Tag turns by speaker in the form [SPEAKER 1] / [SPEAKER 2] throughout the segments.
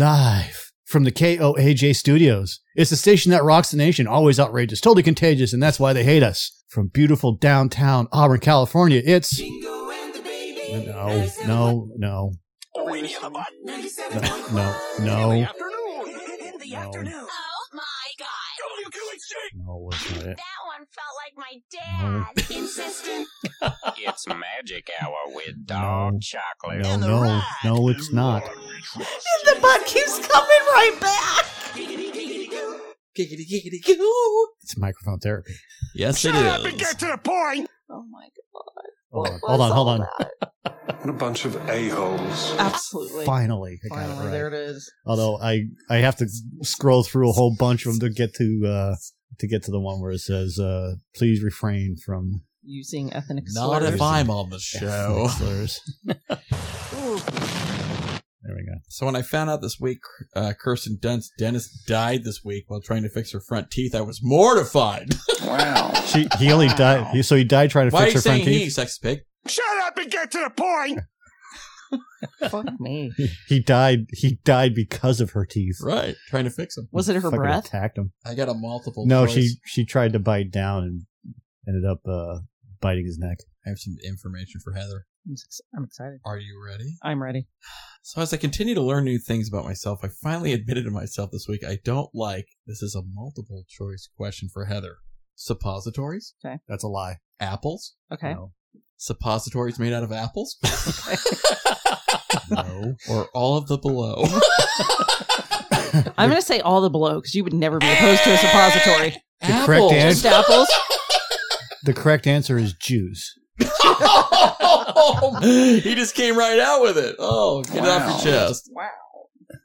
[SPEAKER 1] live from the KOAJ studios. It's the station that rocks the nation, always outrageous, totally contagious, and that's why they hate us. From beautiful downtown Auburn, California, it's. No, no, no,
[SPEAKER 2] Oh,
[SPEAKER 1] no, no,
[SPEAKER 2] afternoon.
[SPEAKER 1] No. afternoon.
[SPEAKER 3] Oh my god.
[SPEAKER 1] no, that's not it.
[SPEAKER 3] That one felt like my dad. Insistent.
[SPEAKER 2] It's magic hour with
[SPEAKER 1] dog
[SPEAKER 2] dog
[SPEAKER 1] No.
[SPEAKER 2] chocolate.
[SPEAKER 1] No, no, no, it's not.
[SPEAKER 4] The butt keeps coming right back. Giggity, giggity, goo.
[SPEAKER 1] It's microphone therapy.
[SPEAKER 5] Yes, it is.
[SPEAKER 2] to the point.
[SPEAKER 4] Oh my god.
[SPEAKER 1] Hold on,
[SPEAKER 4] What
[SPEAKER 1] hold
[SPEAKER 4] was
[SPEAKER 1] on, hold
[SPEAKER 4] all
[SPEAKER 1] on.
[SPEAKER 4] that?
[SPEAKER 6] And a bunch of a-holes.
[SPEAKER 4] Absolutely.
[SPEAKER 1] Finally, I got it
[SPEAKER 4] Finally,
[SPEAKER 1] right.
[SPEAKER 4] there it is.
[SPEAKER 1] Although I I have to scroll through a whole bunch of them to get to uh, to get to the one where it says uh, please refrain from
[SPEAKER 4] Using ethnic
[SPEAKER 5] Not
[SPEAKER 4] slurs.
[SPEAKER 5] if I'm on the show.
[SPEAKER 1] slurs. there we go.
[SPEAKER 5] So when I found out this week uh, Kirsten Dunst Dennis died this week while trying to fix her front teeth, I was mortified.
[SPEAKER 2] Wow.
[SPEAKER 1] She, he only died. He, so he died trying to
[SPEAKER 5] Why are
[SPEAKER 1] fix
[SPEAKER 5] you
[SPEAKER 1] her front
[SPEAKER 5] saying he,
[SPEAKER 1] teeth.
[SPEAKER 5] sex pig?
[SPEAKER 2] Shut up and get to the point.
[SPEAKER 4] Fuck me.
[SPEAKER 1] He died. He died because of her teeth.
[SPEAKER 5] Right, trying to fix him.
[SPEAKER 4] Was it her
[SPEAKER 1] Fucking
[SPEAKER 4] breath?
[SPEAKER 1] attacked him.
[SPEAKER 5] I got a multiple.
[SPEAKER 1] No,
[SPEAKER 5] choice.
[SPEAKER 1] she she tried to bite down and ended up uh, biting his neck.
[SPEAKER 5] I have some information for Heather.
[SPEAKER 4] I'm s- I'm excited.
[SPEAKER 5] Are you ready?
[SPEAKER 4] I'm ready.
[SPEAKER 5] So as I continue to learn new things about myself, I finally admitted to myself this week I don't like. This is a multiple choice question for Heather. Suppositories,
[SPEAKER 1] That's a lie.
[SPEAKER 5] apples,
[SPEAKER 4] Okay.
[SPEAKER 1] No,
[SPEAKER 5] suppositories made out of apples,
[SPEAKER 1] no.
[SPEAKER 5] or all of the below.
[SPEAKER 4] I'm going to say all the below because you would never be opposed to a suppository.
[SPEAKER 1] The correct
[SPEAKER 4] Just
[SPEAKER 1] answer.
[SPEAKER 4] apples.
[SPEAKER 1] The correct answer is Jews.
[SPEAKER 5] he just came right out with it. Oh, get it off your chest.
[SPEAKER 4] Wow.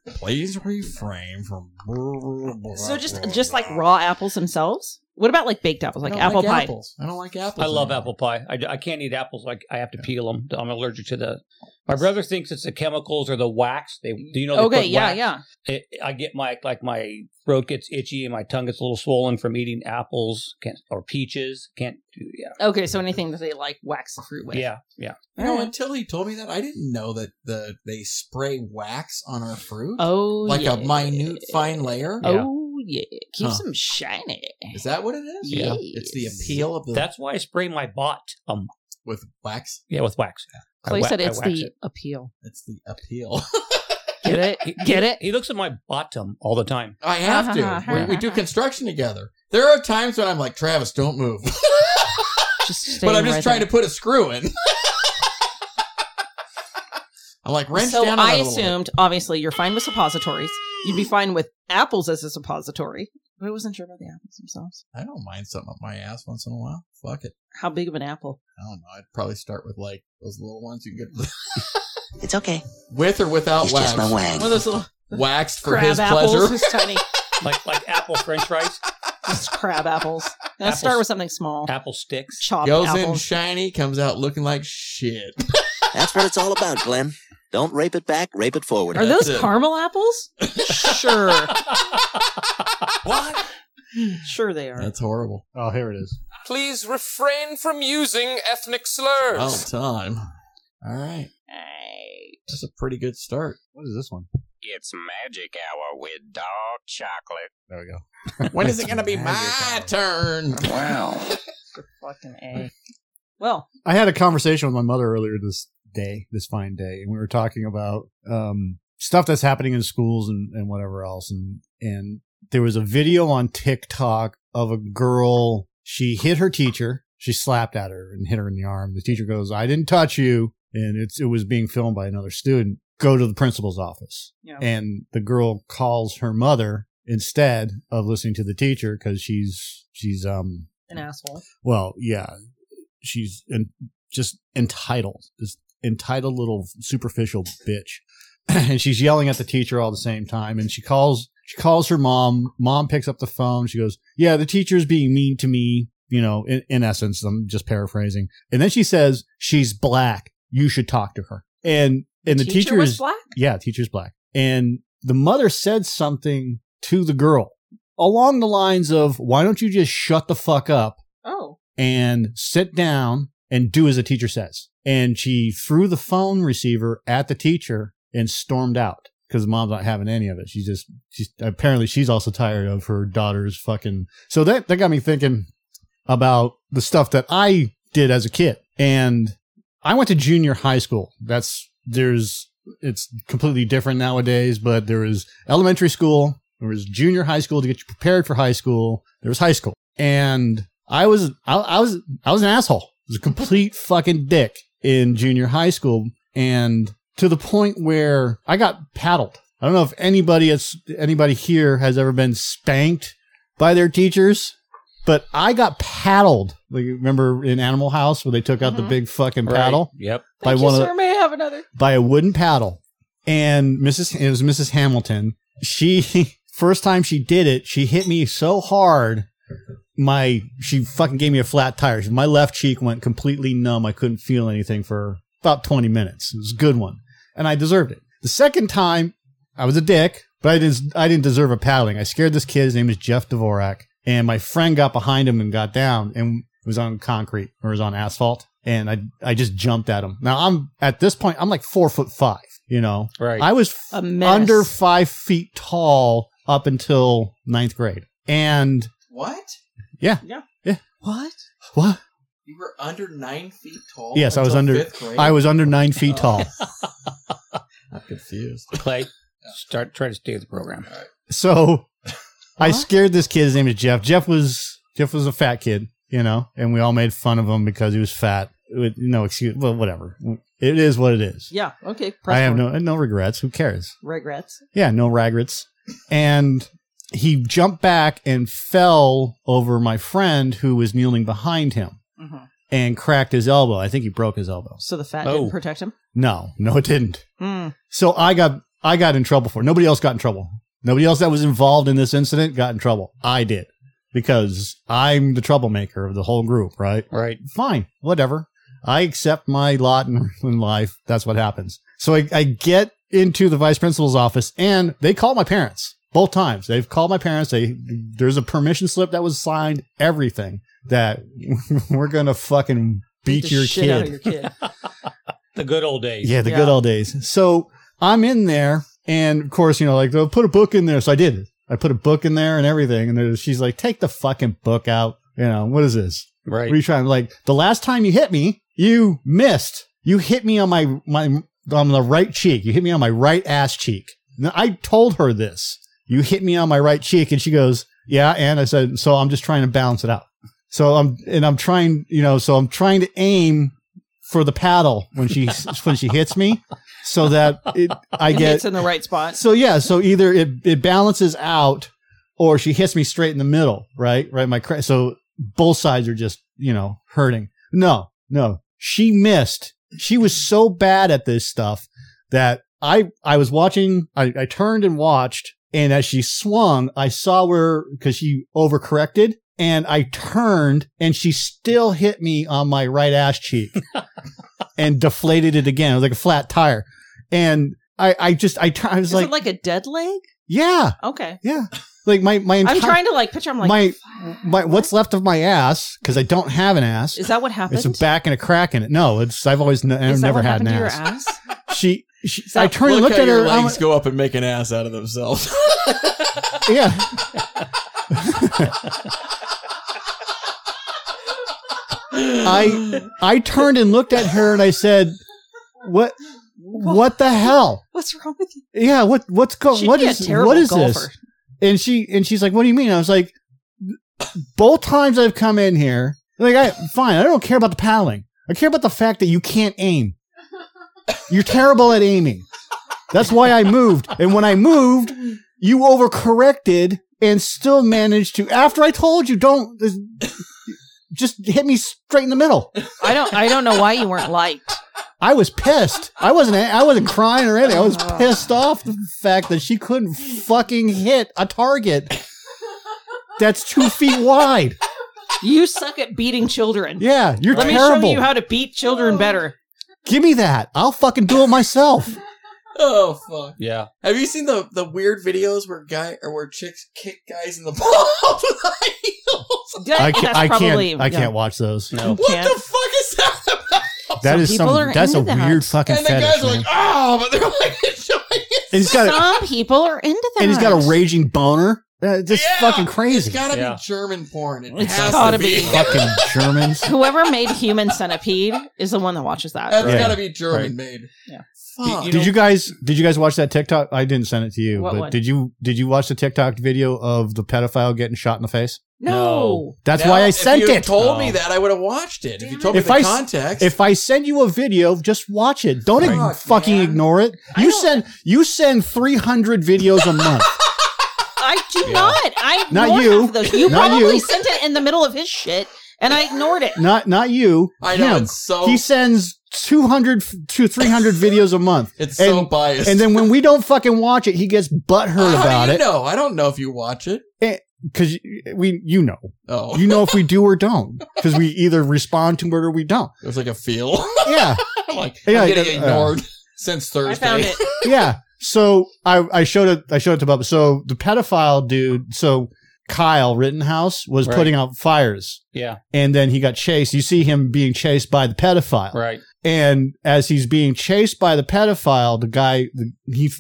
[SPEAKER 5] Please refrain from.
[SPEAKER 4] So just just like raw apples themselves. What about like baked apples,
[SPEAKER 5] I
[SPEAKER 4] like
[SPEAKER 5] don't
[SPEAKER 4] apple pie?
[SPEAKER 5] Apples. I don't like apples.
[SPEAKER 7] I love
[SPEAKER 5] anymore.
[SPEAKER 7] apple pie. I, I can't eat apples. Like I have to peel them. I'm allergic to the. My brother thinks it's the chemicals or the wax. They do you know? They
[SPEAKER 4] okay,
[SPEAKER 7] put
[SPEAKER 4] yeah,
[SPEAKER 7] wax-
[SPEAKER 4] yeah.
[SPEAKER 7] It, I get my like my throat gets itchy and my tongue gets a little swollen from eating apples can't, or peaches. Can't do yeah
[SPEAKER 4] Okay, so anything that they like wax the fruit with.
[SPEAKER 7] yeah yeah.
[SPEAKER 5] You know, until he told me that, I didn't know that the they spray wax on our fruit.
[SPEAKER 4] Oh,
[SPEAKER 5] like
[SPEAKER 4] yeah.
[SPEAKER 5] a minute fine layer.
[SPEAKER 7] Yeah.
[SPEAKER 4] Oh yeah, keeps
[SPEAKER 5] Huh.
[SPEAKER 4] them shiny.
[SPEAKER 5] Is that what it is?
[SPEAKER 4] Yeah.
[SPEAKER 5] It's the appeal
[SPEAKER 4] Mm.
[SPEAKER 5] of the
[SPEAKER 7] That's why I spray my bot um
[SPEAKER 5] with wax.
[SPEAKER 7] yeah with wax. I
[SPEAKER 4] Clay
[SPEAKER 7] wa-
[SPEAKER 4] said
[SPEAKER 7] I
[SPEAKER 4] it's
[SPEAKER 7] wax
[SPEAKER 4] the
[SPEAKER 7] it.
[SPEAKER 4] appeal.
[SPEAKER 5] It's the appeal.
[SPEAKER 4] Get it? Get it?
[SPEAKER 7] He looks at my bottom all the time.
[SPEAKER 5] I have to. we, we do construction together. There are times when I'm like, Travis, don't move.
[SPEAKER 4] Just stay
[SPEAKER 5] but I'm just
[SPEAKER 4] right
[SPEAKER 5] trying
[SPEAKER 4] there.
[SPEAKER 5] to put a screw in. I'm like wrench
[SPEAKER 4] So
[SPEAKER 5] down. on
[SPEAKER 4] I
[SPEAKER 5] that a little bit.
[SPEAKER 4] assumed, obviously, you're fine with suppositories. You'd be fine with apples as a suppository, but I wasn't sure about the apples themselves.
[SPEAKER 5] I don't mind something up my ass once in a while. Fuck it.
[SPEAKER 4] How big of an apple?
[SPEAKER 5] I don't know. I'd probably start with like those little ones you can get
[SPEAKER 8] It's okay.
[SPEAKER 5] with or without
[SPEAKER 8] It's
[SPEAKER 5] wax.
[SPEAKER 8] just my wang.
[SPEAKER 4] One of those little
[SPEAKER 5] Waxed for
[SPEAKER 4] crab
[SPEAKER 5] his
[SPEAKER 4] apples,
[SPEAKER 5] pleasure.
[SPEAKER 4] just tiny,
[SPEAKER 7] Like like apple French fries,
[SPEAKER 4] just crab apples. And I
[SPEAKER 7] Apples.
[SPEAKER 4] start with something small,
[SPEAKER 7] apple sticks.
[SPEAKER 4] chopped
[SPEAKER 5] Goes in
[SPEAKER 4] apples.
[SPEAKER 5] shiny, comes out looking like shit.
[SPEAKER 8] That's what it's all about, Glenn. Don't rape it back, rape it forward.
[SPEAKER 4] Are
[SPEAKER 5] That's
[SPEAKER 4] those
[SPEAKER 5] it.
[SPEAKER 4] caramel apples? sure,
[SPEAKER 5] what?
[SPEAKER 4] sure they are.
[SPEAKER 5] That's horrible.
[SPEAKER 1] Oh, here it is.
[SPEAKER 9] Please refrain from using ethnic slurs.
[SPEAKER 1] Oh,
[SPEAKER 5] Well, time. All right.
[SPEAKER 4] Ay.
[SPEAKER 5] That's a pretty good start.
[SPEAKER 1] What is this one?
[SPEAKER 2] It's magic hour with dog chocolate.
[SPEAKER 1] There we go.
[SPEAKER 5] When is it going to be my
[SPEAKER 1] Magic
[SPEAKER 5] turn?
[SPEAKER 2] Wow.
[SPEAKER 4] Fucking A. Well,
[SPEAKER 1] I had a conversation with my mother earlier this day, this fine day, and we were talking about um, stuff that's happening in schools and, and whatever else. And and there was a video on TikTok of a girl. She hit her teacher. She slapped at her and hit her in the arm. The teacher goes, "I didn't touch you," and it's it was being filmed by another student. Go to the principal's office.
[SPEAKER 4] you know,
[SPEAKER 1] And the girl calls her mother instead of listening to the teacher because she's she's um
[SPEAKER 4] an asshole.
[SPEAKER 1] well, yeah, she's en- just entitled, this entitled little superficial bitch, and she's yelling at the teacher all the same time. And she calls, she calls her mom. Mom picks up the phone. She goes, "Yeah, the teacher's being mean to me." You know, in, in essence, I'm just paraphrasing. And then she says, "She's black. You should talk to her." And and the, teacher,
[SPEAKER 4] was
[SPEAKER 1] is
[SPEAKER 4] black.
[SPEAKER 1] yeah, teacher's black. And the mother said something to the girl along the lines of, "Why don't you just shut the fuck up?"
[SPEAKER 4] Oh,
[SPEAKER 1] and sit down and do as the teacher says. And she threw the phone receiver at the teacher and stormed out. because mom's not having any of it. She's just she's apparently she's also tired of her daughter's fucking. So that that got me thinking about the stuff that I did as a kid, and I went to junior high school. That's there's it's completely different nowadays, but there was elementary school, there was junior high school to get you prepared for high school, there was high school, and I was I, I was I was an asshole. I was a complete fucking dick in junior high school, and to the point where I got paddled. I don't know if anybody has, anybody here has ever been spanked by their teachers, but I got paddled. Like remember in Animal House where they took out the
[SPEAKER 4] Mhm.
[SPEAKER 1] big fucking
[SPEAKER 7] Right.
[SPEAKER 1] paddle
[SPEAKER 7] Yep.
[SPEAKER 1] by
[SPEAKER 4] Thank you,
[SPEAKER 1] one of the,
[SPEAKER 4] sir. May I have another?
[SPEAKER 1] by a wooden paddle. And Mrs. It was Mrs. Hamilton. She first time she did it, she hit me so hard. My she fucking gave me a flat tire. My left cheek went completely numb. I couldn't feel anything for about 20 minutes. It was a good one. And I deserved it. The second time, I was a dick, but I didn't I didn't deserve a paddling. I scared this kid, his name is Jeff Dvorak, and my friend got behind him and got down and it was on concrete or it was on asphalt. And I I just jumped at him. Now I'm at this point, I'm like four foot five, you know.
[SPEAKER 7] Right.
[SPEAKER 1] I was
[SPEAKER 4] A mess.
[SPEAKER 1] under five feet tall up until ninth grade. And
[SPEAKER 5] What?
[SPEAKER 4] What?
[SPEAKER 1] what?
[SPEAKER 5] You were under nine feet tall?
[SPEAKER 1] Yes, I was
[SPEAKER 5] until
[SPEAKER 1] under-
[SPEAKER 5] fifth grade?
[SPEAKER 1] I was under nine feet tall.
[SPEAKER 5] I'm confused.
[SPEAKER 7] Clay, start try to stay with the program.
[SPEAKER 1] So I
[SPEAKER 4] Huh?
[SPEAKER 1] scared this kid. His name is Jeff. Jeff was Jeff was a fat kid, you know, and we all made fun of him because he was fat. With no excuse. Well, whatever. It is what it is.
[SPEAKER 4] Yeah. Okay. Press
[SPEAKER 1] I have
[SPEAKER 4] forward.
[SPEAKER 1] no no regrets. Who cares?
[SPEAKER 4] regrets.
[SPEAKER 1] Yeah, no ragrets. And he jumped back and fell over my friend who was kneeling behind him
[SPEAKER 4] Mhm.
[SPEAKER 1] and cracked his elbow. I think he broke his elbow.
[SPEAKER 4] So the fat
[SPEAKER 7] Oh.
[SPEAKER 4] didn't protect him.
[SPEAKER 1] No, no, it didn't.
[SPEAKER 4] Mm.
[SPEAKER 1] So I got I got in trouble for it. Nobody else got in trouble. Nobody else that was involved in this incident got in trouble. I did because I'm the troublemaker of the whole group, right?
[SPEAKER 7] Right.
[SPEAKER 1] Fine, whatever. I accept my lot in, in life. That's what happens. So I, I get into the vice principal's office and they call my parents both times. They've called my parents. They there's a permission slip that was signed. Everything that we're gonna fucking beat
[SPEAKER 4] the
[SPEAKER 1] your
[SPEAKER 4] shit
[SPEAKER 1] kid.
[SPEAKER 4] out of your kid.
[SPEAKER 7] The good old days.
[SPEAKER 1] Yeah, the
[SPEAKER 4] Yeah.
[SPEAKER 1] good old days. So I'm in there, and of course, you know, like they'll put a book in there. So I did. I put a book in there and everything. And there's- she's like, "Take the fucking book out." You know, what is this?
[SPEAKER 7] Right.
[SPEAKER 1] What are you trying? Like the last time you hit me, you missed. You hit me on my my on the right cheek. You hit me on my right ass cheek. Now, I told her this. You hit me on my right cheek, and she goes, "Yeah." And I said, "So I'm just trying to balance it out." So I'm and I'm trying, you know, so I'm trying to aim for the paddle when she when she hits me, so that it, I get
[SPEAKER 4] It's in the right spot.
[SPEAKER 1] so yeah, so either it it balances out, or she hits me straight in the middle, right? Right, my cra- so both sides are just you know hurting. No, no, she missed. She was so bad at this stuff that I I was watching. I, I turned and watched, and as she swung, I saw where because she overcorrected, and I turned, and she still hit me on my right ass cheek, and deflated it again. It was like a flat tire, and. I, I just I, tr- I was
[SPEAKER 4] Is
[SPEAKER 1] like
[SPEAKER 4] it like a dead leg?
[SPEAKER 1] yeah,
[SPEAKER 4] Okay.
[SPEAKER 1] like my my entire
[SPEAKER 4] I'm trying to like picture. I'm like,
[SPEAKER 1] my
[SPEAKER 4] fuck.
[SPEAKER 1] my what's left of my ass because I don't have an ass.
[SPEAKER 4] is that what happened?
[SPEAKER 1] It's a back and a crack in it. No, it's I've always n- I've
[SPEAKER 4] Is that
[SPEAKER 1] never
[SPEAKER 4] what
[SPEAKER 1] had an
[SPEAKER 4] happened to
[SPEAKER 1] ass.
[SPEAKER 4] your ass?
[SPEAKER 1] She, she
[SPEAKER 4] that-
[SPEAKER 1] I turned and looked
[SPEAKER 5] how
[SPEAKER 1] at
[SPEAKER 5] your
[SPEAKER 1] her. I'm-
[SPEAKER 5] legs go up and make an ass out of themselves.
[SPEAKER 1] yeah, I I turned and looked at her and I said, "What? What the hell?
[SPEAKER 4] What's wrong with you?
[SPEAKER 1] Yeah, what what's going?
[SPEAKER 4] She'd
[SPEAKER 1] What
[SPEAKER 4] be
[SPEAKER 1] is
[SPEAKER 4] a terrible
[SPEAKER 1] what is
[SPEAKER 4] golfer.
[SPEAKER 1] this?" and she and she's like, "What do you mean?" I was like, "Both times I've come in here, like, I fine, I don't care about the paddling. I care about the fact that you can't aim. You're terrible at aiming. That's why I moved. And when I moved, you overcorrected and still managed to. After I told you, don't just hit me straight in the middle.
[SPEAKER 4] I don't. I don't know why you weren't liked.
[SPEAKER 1] I was pissed. I wasn't. I wasn't crying or anything. I was
[SPEAKER 4] Oh.
[SPEAKER 1] pissed off the fact that she couldn't fucking hit a target that's two feet wide.
[SPEAKER 4] You suck at beating children.
[SPEAKER 1] Yeah, you're
[SPEAKER 4] Let me
[SPEAKER 1] terrible.
[SPEAKER 4] show you how to beat children better.
[SPEAKER 1] Give me that. I'll fucking do it myself.
[SPEAKER 5] oh fuck!
[SPEAKER 7] Yeah.
[SPEAKER 5] Have you seen the the weird videos where guy or where chicks kick guys in the balls with high heels?
[SPEAKER 4] That-
[SPEAKER 1] I can't.
[SPEAKER 4] that's
[SPEAKER 1] I can't.
[SPEAKER 4] probably-
[SPEAKER 1] I
[SPEAKER 4] yeah.
[SPEAKER 1] can't watch those.
[SPEAKER 7] No.
[SPEAKER 5] What
[SPEAKER 4] Can't.
[SPEAKER 5] the fuck is that about?
[SPEAKER 1] That
[SPEAKER 4] Some
[SPEAKER 1] is
[SPEAKER 4] people
[SPEAKER 1] some.
[SPEAKER 4] are
[SPEAKER 1] That's a
[SPEAKER 4] into that.
[SPEAKER 1] weird fucking
[SPEAKER 5] and the guys
[SPEAKER 1] fetish.
[SPEAKER 5] are
[SPEAKER 1] man.
[SPEAKER 5] like, oh, but they're like enjoying it
[SPEAKER 1] he's got a,
[SPEAKER 4] Some people are into that.
[SPEAKER 1] and he's got a raging boner. Uh, just
[SPEAKER 5] Yeah,
[SPEAKER 1] fucking crazy.
[SPEAKER 5] It's gotta
[SPEAKER 7] Yeah.
[SPEAKER 5] be German porn. It
[SPEAKER 4] It's
[SPEAKER 5] has
[SPEAKER 4] gotta
[SPEAKER 5] to be.
[SPEAKER 4] be.
[SPEAKER 1] fucking Germans.
[SPEAKER 4] Whoever made Human Centipede is the one that watches that.
[SPEAKER 5] That's
[SPEAKER 1] Yeah.
[SPEAKER 5] gotta be German
[SPEAKER 1] Right.
[SPEAKER 5] made.
[SPEAKER 4] Yeah.
[SPEAKER 5] Fuck.
[SPEAKER 1] did you guys did you guys watch that TikTok? I didn't send it to you,
[SPEAKER 4] What
[SPEAKER 1] but
[SPEAKER 4] one?
[SPEAKER 1] did you did you watch the TikTok video of the pedophile getting shot in the face?
[SPEAKER 4] No.
[SPEAKER 1] That's
[SPEAKER 5] Now,
[SPEAKER 1] why I
[SPEAKER 5] if
[SPEAKER 1] sent
[SPEAKER 5] you
[SPEAKER 1] it.
[SPEAKER 5] told
[SPEAKER 7] Oh.
[SPEAKER 5] me that, I would have watched it. If you told
[SPEAKER 1] If
[SPEAKER 5] me the
[SPEAKER 1] I s-
[SPEAKER 5] context.
[SPEAKER 1] If I send you a video, just watch it. Don't ig-
[SPEAKER 5] Fuck,
[SPEAKER 1] fucking
[SPEAKER 5] man.
[SPEAKER 1] ignore it.
[SPEAKER 4] I
[SPEAKER 1] You
[SPEAKER 4] don't-
[SPEAKER 1] send you send 300 videos a month.
[SPEAKER 4] I do not. I
[SPEAKER 1] Not
[SPEAKER 4] ignore
[SPEAKER 1] you.
[SPEAKER 4] half of those. You
[SPEAKER 1] Not
[SPEAKER 4] probably
[SPEAKER 1] you.
[SPEAKER 4] sent it in the middle of his shit, and I ignored it.
[SPEAKER 1] not not you.
[SPEAKER 5] I know
[SPEAKER 1] him.
[SPEAKER 5] it's so
[SPEAKER 1] He sends 200 f- to 300 videos a month.
[SPEAKER 5] it's
[SPEAKER 1] and-
[SPEAKER 5] so biased.
[SPEAKER 1] And then when we don't fucking watch it, he gets butthurt
[SPEAKER 5] How
[SPEAKER 1] about
[SPEAKER 5] do you
[SPEAKER 1] it
[SPEAKER 5] know? I don't know if you watch it.
[SPEAKER 1] because we you know
[SPEAKER 5] Oh,
[SPEAKER 1] you know if we do or don't because we either respond to it or we don't.
[SPEAKER 5] there's like a feel.
[SPEAKER 1] Yeah,
[SPEAKER 5] I'm like
[SPEAKER 1] Yeah,
[SPEAKER 5] I'm getting
[SPEAKER 1] uh,
[SPEAKER 5] ignored since Thursday.
[SPEAKER 4] I found it.
[SPEAKER 1] yeah. So I I showed it I showed it to Bubba. So the pedophile dude. So Kyle Rittenhouse was
[SPEAKER 7] Right.
[SPEAKER 1] putting out fires,
[SPEAKER 7] Yeah,
[SPEAKER 1] and then he got chased. You see him being chased by the pedophile.
[SPEAKER 7] right.
[SPEAKER 1] and as he's being chased by the pedophile, the guy the, he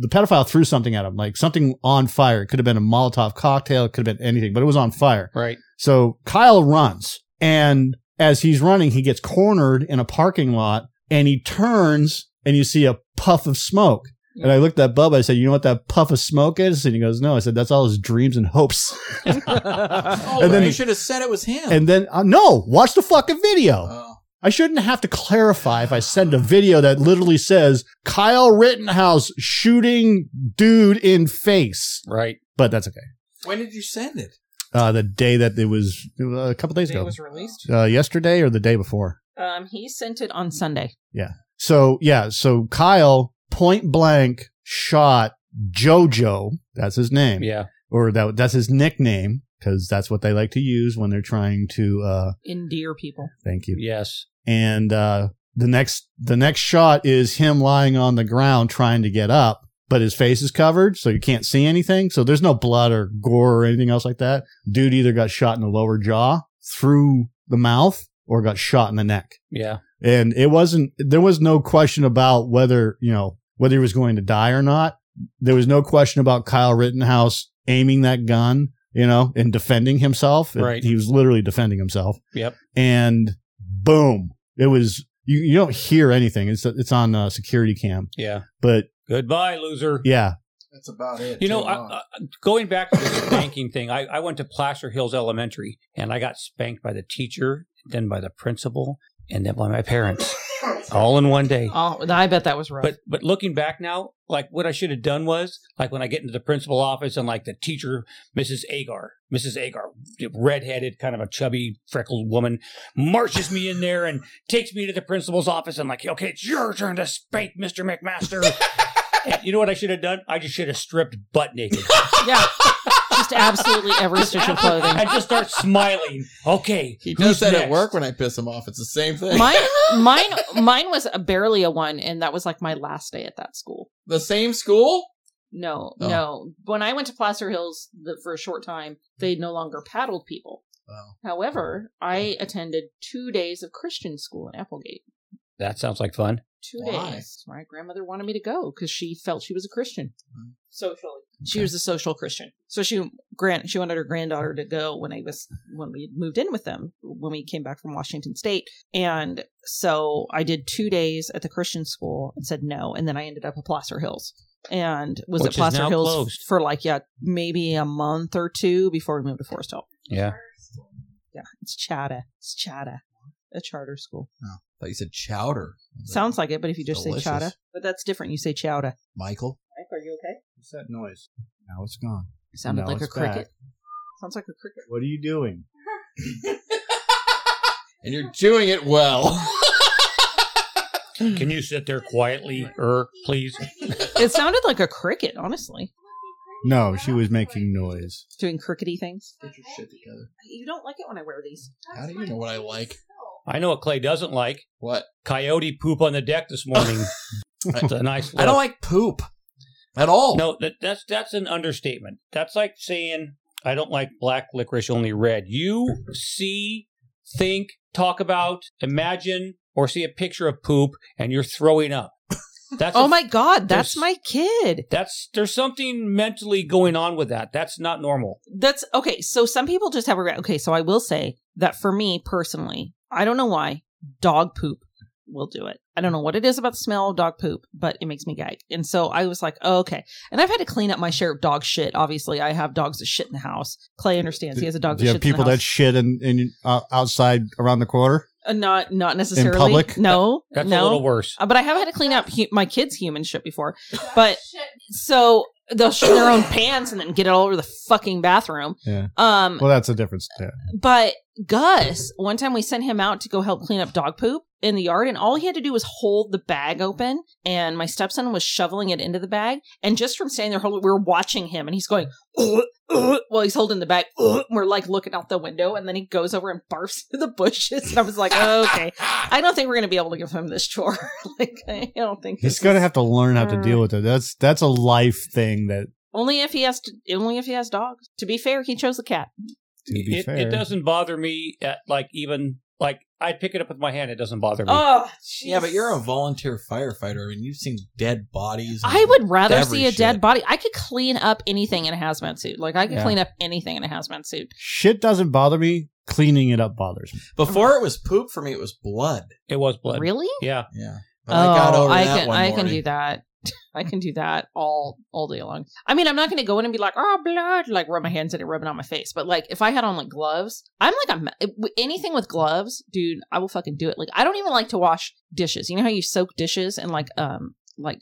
[SPEAKER 1] the pedophile threw something at him, like something on fire. It could have been a Molotov cocktail, it could have been anything, but it was on fire.
[SPEAKER 7] Right.
[SPEAKER 1] So Kyle runs, and as he's running, he gets cornered in a parking lot, and he turns, and you see a puff of smoke. And I looked at Bubba. I said, "You know what that puff of smoke is?" And he goes, "No." I said, "That's all his dreams and hopes."
[SPEAKER 5] Oh,
[SPEAKER 1] And
[SPEAKER 5] and
[SPEAKER 1] then-
[SPEAKER 5] you should have said it was him.
[SPEAKER 1] And then, uh, no, watch the fucking video.
[SPEAKER 5] oh.
[SPEAKER 1] I shouldn't have to clarify if I send a video that literally says Kyle Rittenhouse shooting dude in face,
[SPEAKER 7] Right.
[SPEAKER 1] but that's okay.
[SPEAKER 5] when did you send it?
[SPEAKER 1] Uh, the day that it was uh, a couple days ago,
[SPEAKER 4] released.
[SPEAKER 1] uh, yesterday or the day before.
[SPEAKER 4] Um, he sent it on Sunday.
[SPEAKER 1] So yeah, so Kyle point blank shot JoJo. That's his name,
[SPEAKER 7] Yeah.
[SPEAKER 1] or that that's his nickname because that's what they like to use when they're trying to. Uh,
[SPEAKER 4] Endear people.
[SPEAKER 1] thank you.
[SPEAKER 7] Yes.
[SPEAKER 1] and uh, the next the next shot is him lying on the ground trying to get up, but his face is covered, so you can't see anything. So there's no blood or gore or anything else like that. Dude either got shot in the lower jaw through the mouth or got shot in the neck,
[SPEAKER 7] Yeah.
[SPEAKER 1] and it wasn't. There was no question about whether you know whether he was going to die or not. There was no question about Kyle Rittenhouse aiming that gun, you know, and defending himself.
[SPEAKER 7] Right.
[SPEAKER 1] He was literally defending himself
[SPEAKER 7] Yep.
[SPEAKER 1] and boom, it was. You, you don't hear anything. It's it's on uh, security cam,
[SPEAKER 7] Yeah.
[SPEAKER 1] but
[SPEAKER 7] Goodbye, loser.
[SPEAKER 1] yeah,
[SPEAKER 5] That's about it.
[SPEAKER 7] You know, I, uh, I, going back to the spanking thing, I, I went to Placer Hills Elementary and I got spanked by the teacher, then by the principal, and then by my parents, all in one day.
[SPEAKER 4] Oh, I bet that was rough.
[SPEAKER 7] But but looking back now, like what I should have done was like when I get into the principal office and like the teacher, Mrs. Agar, Mrs. Agar, redheaded, kind of a chubby, freckled woman, marches me in there and takes me to the principal's office and like, okay, it's your turn to spank Mr. McMaster. And you know what I should have done? I just should have stripped butt naked.
[SPEAKER 4] yeah, just absolutely every stitch of clothing.
[SPEAKER 7] I just start smiling. Okay,
[SPEAKER 5] he does
[SPEAKER 7] who's
[SPEAKER 5] that at
[SPEAKER 7] next?
[SPEAKER 5] work when I piss him off. It's the same thing.
[SPEAKER 4] Mine, mine, mine was a barely a one, and that was like my last day at that school.
[SPEAKER 5] the same school?
[SPEAKER 4] No,
[SPEAKER 5] Oh.
[SPEAKER 4] no. When I went to Placer Hills the, for a short time, they no longer paddled people.
[SPEAKER 5] Wow.
[SPEAKER 4] However, I attended two days of Christian school in Applegate.
[SPEAKER 7] that sounds like fun.
[SPEAKER 4] Two
[SPEAKER 5] Why?
[SPEAKER 4] days. My grandmother wanted me to go because she felt she was a Christian.
[SPEAKER 7] Mm-hmm.
[SPEAKER 4] Socially, she was a social Christian. So she grant she wanted her granddaughter to go when I was when we moved in with them when we came back from Washington State. And so I did two days at the Christian school and said no, and then I ended up at Placer Hills and was
[SPEAKER 7] Which
[SPEAKER 4] at
[SPEAKER 7] is
[SPEAKER 4] Placer
[SPEAKER 7] now
[SPEAKER 4] Hills
[SPEAKER 7] closed.
[SPEAKER 4] for like yeah maybe a month or two before we moved to Forest Hill.
[SPEAKER 7] Yeah.
[SPEAKER 4] Yeah, it's Chata. It's Chata, a charter school.
[SPEAKER 5] I thought you said chowder. I was
[SPEAKER 4] Sounds like it, but if you just say
[SPEAKER 5] Delicious.
[SPEAKER 4] Chata, but that's different. You say Chowda.
[SPEAKER 5] Michael.
[SPEAKER 4] Mike, are you okay?
[SPEAKER 1] what's that noise? Now it's gone.
[SPEAKER 4] Sounded
[SPEAKER 1] Now
[SPEAKER 4] like a
[SPEAKER 1] it's back.
[SPEAKER 4] cricket. Sounds like a cricket.
[SPEAKER 1] What are you doing?
[SPEAKER 5] And you're doing it well.
[SPEAKER 7] Can you sit there quietly, er, please?
[SPEAKER 4] It sounded like a cricket, honestly.
[SPEAKER 1] No, she was making noise.
[SPEAKER 4] Doing crickety things.
[SPEAKER 5] Get your shit together.
[SPEAKER 4] You don't like it when I wear these.
[SPEAKER 5] How do you know what I like?
[SPEAKER 7] I know what Clay doesn't like.
[SPEAKER 5] What?
[SPEAKER 7] Coyote poop on the deck this morning. That's a nice.
[SPEAKER 5] I don't like poop at all.
[SPEAKER 7] No, that, that's that's an understatement. That's like saying I don't like black licorice, only red. You see, think, talk about, imagine, or see a picture of poop, and you're throwing up. That's
[SPEAKER 4] oh
[SPEAKER 7] a-
[SPEAKER 4] my god,
[SPEAKER 7] there's-
[SPEAKER 4] that's my kid.
[SPEAKER 7] That's there's something mentally going on with that. That's not normal.
[SPEAKER 4] That's okay. So some people just have regret. Okay, so I will say that for me personally, I don't know why dog poop will do it. I don't know what it is about the smell of dog poop, but it makes me gag. And so I was like, oh, okay. And I've had to clean up my share of dog shit. Obviously, I have dogs that shit in the house. Clay understands. He has a dog.
[SPEAKER 1] Do you
[SPEAKER 4] that
[SPEAKER 1] have
[SPEAKER 4] shits in the
[SPEAKER 1] people
[SPEAKER 4] house.
[SPEAKER 1] that shit in, in uh, outside around the corner?
[SPEAKER 4] Uh, not not necessarily
[SPEAKER 1] public?
[SPEAKER 4] No,
[SPEAKER 7] That's
[SPEAKER 4] no.
[SPEAKER 7] a little worse.
[SPEAKER 4] Uh, but I have had to clean up hu- my kids' human shit before. But so they'll shit in their own pants and then get it all over the fucking bathroom.
[SPEAKER 1] Yeah.
[SPEAKER 4] Um,
[SPEAKER 1] Well, that's a difference. Yeah.
[SPEAKER 4] but Gus, one time we sent him out to go help clean up dog poop in the yard, and all he had to do was hold the bag open, and my stepson was shoveling it into the bag, and just from standing there holding, we were watching him, and he's going. "Ugh, ugh," while he's holding the bag, "Ugh," and we're like looking out the window, and then he goes over and barfs into the bushes. And I was like, "Okay, I don't think we're gonna be able to give him this chore. like, I don't think
[SPEAKER 1] He's
[SPEAKER 4] this
[SPEAKER 1] gonna
[SPEAKER 4] is-
[SPEAKER 1] have to learn how to deal with it. That's that's a life thing. That
[SPEAKER 4] only if he has to, only if he has dogs. To be fair, he chose the cat.
[SPEAKER 1] to be
[SPEAKER 7] it,
[SPEAKER 1] fair,
[SPEAKER 7] it doesn't bother me at like even like I pick it up with my hand. It doesn't bother me.
[SPEAKER 4] Oh,
[SPEAKER 5] Yeah, but you're a volunteer firefighter. I mean, you've seen dead bodies. and-
[SPEAKER 4] I would rather
[SPEAKER 5] every
[SPEAKER 4] see a dead
[SPEAKER 5] shit.
[SPEAKER 4] body. I could clean up anything in a hazmat suit. Like I could
[SPEAKER 5] Yeah.
[SPEAKER 4] clean up anything in a hazmat suit.
[SPEAKER 1] shit doesn't bother me. Cleaning it up bothers me.
[SPEAKER 5] Before it was poop for me. It was blood.
[SPEAKER 7] it was blood.
[SPEAKER 4] Really?
[SPEAKER 7] Yeah.
[SPEAKER 5] Yeah, but I got over that
[SPEAKER 4] can
[SPEAKER 5] one
[SPEAKER 4] Oh, I
[SPEAKER 5] morning.
[SPEAKER 4] can do that. I can do that all all day long. I mean, I'm not going to go in and be like, "Oh, blood!" Like rub my hands in it, rub it on my face. But like, if I had on like gloves, I'm like, I'm anything with gloves, dude. I will fucking do it. Like, I don't even like to wash dishes. You know how you soak dishes and like um like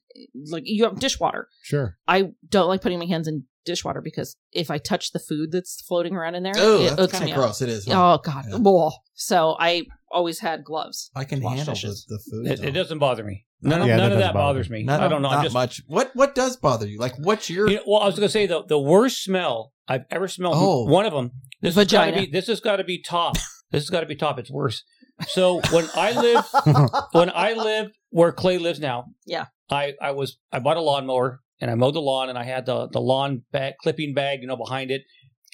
[SPEAKER 4] like you have dishwater.
[SPEAKER 1] Sure.
[SPEAKER 4] I don't like putting my hands in dishwater because if I touch the food that's floating around in there,
[SPEAKER 5] Oh,
[SPEAKER 4] it
[SPEAKER 5] that's
[SPEAKER 4] hooks
[SPEAKER 5] kind
[SPEAKER 4] me
[SPEAKER 5] of
[SPEAKER 4] up.
[SPEAKER 5] gross. It is. huh?
[SPEAKER 4] Oh god.
[SPEAKER 5] Yeah.
[SPEAKER 4] Ugh. So I always had gloves.
[SPEAKER 5] I can
[SPEAKER 4] Wash
[SPEAKER 5] handle the,
[SPEAKER 4] dishes.
[SPEAKER 5] the food.
[SPEAKER 7] It, it
[SPEAKER 5] though.
[SPEAKER 7] doesn't bother me. None, of
[SPEAKER 1] Yeah,
[SPEAKER 7] none
[SPEAKER 1] that
[SPEAKER 7] of
[SPEAKER 1] doesn't
[SPEAKER 7] that
[SPEAKER 1] bother
[SPEAKER 7] bothers me.
[SPEAKER 5] Not,
[SPEAKER 7] I don't know.
[SPEAKER 5] Not
[SPEAKER 7] I'm just
[SPEAKER 5] much. What What does bother you? Like, what's your?
[SPEAKER 7] You know, well, I was gonna say the the worst smell I've ever smelled.
[SPEAKER 5] Oh.
[SPEAKER 7] One of them. This has gotta
[SPEAKER 4] Vagina.
[SPEAKER 7] be- This has got to be top. this has got to be top. It's worse. So when I lived when I lived where Clay lives now,
[SPEAKER 4] Yeah.
[SPEAKER 7] I I was I bought a lawnmower and I mowed the lawn and I had the the lawn bag, clipping bag, you know, behind it.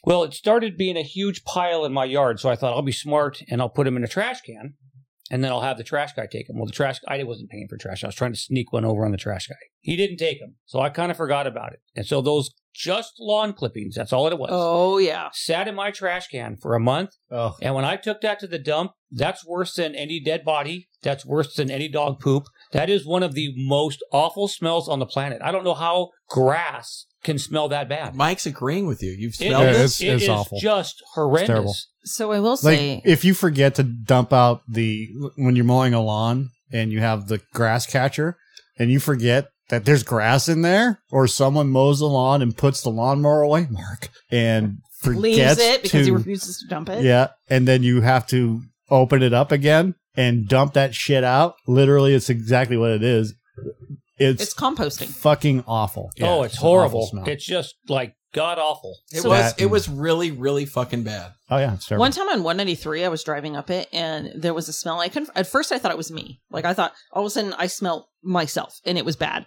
[SPEAKER 7] Well, it started being a huge pile in my yard, so I thought I'll be smart and I'll put them in a trash can, and then I'll have the trash guy take them. Well, the trash I wasn't paying for trash; I was trying to sneak one over on the trash guy. He didn't take them, so I kind of forgot about it. And so those just lawn clippings—that's all it was.
[SPEAKER 4] Oh yeah.
[SPEAKER 7] Sat in my trash can for a month.
[SPEAKER 1] Oh,
[SPEAKER 7] And when I took that to the dump, that's worse than any dead body. That's worse than any dog poop. That is one of the most awful smells on the planet. I don't know how grass can smell that bad.
[SPEAKER 5] Mike's agreeing with you. You've
[SPEAKER 7] It
[SPEAKER 5] smelled
[SPEAKER 1] Yeah,
[SPEAKER 7] is-
[SPEAKER 5] this.
[SPEAKER 1] it's-
[SPEAKER 7] it is
[SPEAKER 1] awful.
[SPEAKER 7] just
[SPEAKER 1] terrible.
[SPEAKER 7] horrendous.
[SPEAKER 4] So I will
[SPEAKER 1] like
[SPEAKER 4] say
[SPEAKER 1] if you forget to dump out the when you're mowing a lawn and you have the grass catcher and you forget that there's grass in there or someone mows the lawn and puts the lawnmower away, Mark, and forgets
[SPEAKER 4] leaves it because
[SPEAKER 1] to,
[SPEAKER 4] he refuses to dump it.
[SPEAKER 1] Yeah, and then you have to open it up again and dump that shit out. Literally, it's exactly what it is. It's,
[SPEAKER 4] It's composting.
[SPEAKER 1] fucking awful.
[SPEAKER 7] oh, it's,
[SPEAKER 1] an awful
[SPEAKER 7] horrible.
[SPEAKER 1] smell.
[SPEAKER 7] It's just like god awful.
[SPEAKER 5] It
[SPEAKER 4] So-
[SPEAKER 5] was.
[SPEAKER 1] That-
[SPEAKER 5] It was really, really fucking bad.
[SPEAKER 1] oh yeah, it's terrible.
[SPEAKER 4] One time on 193, I was driving up it and there was a smell. I couldn't, at first, I thought it was me. Like, I thought all of a sudden I smelled myself and it was bad.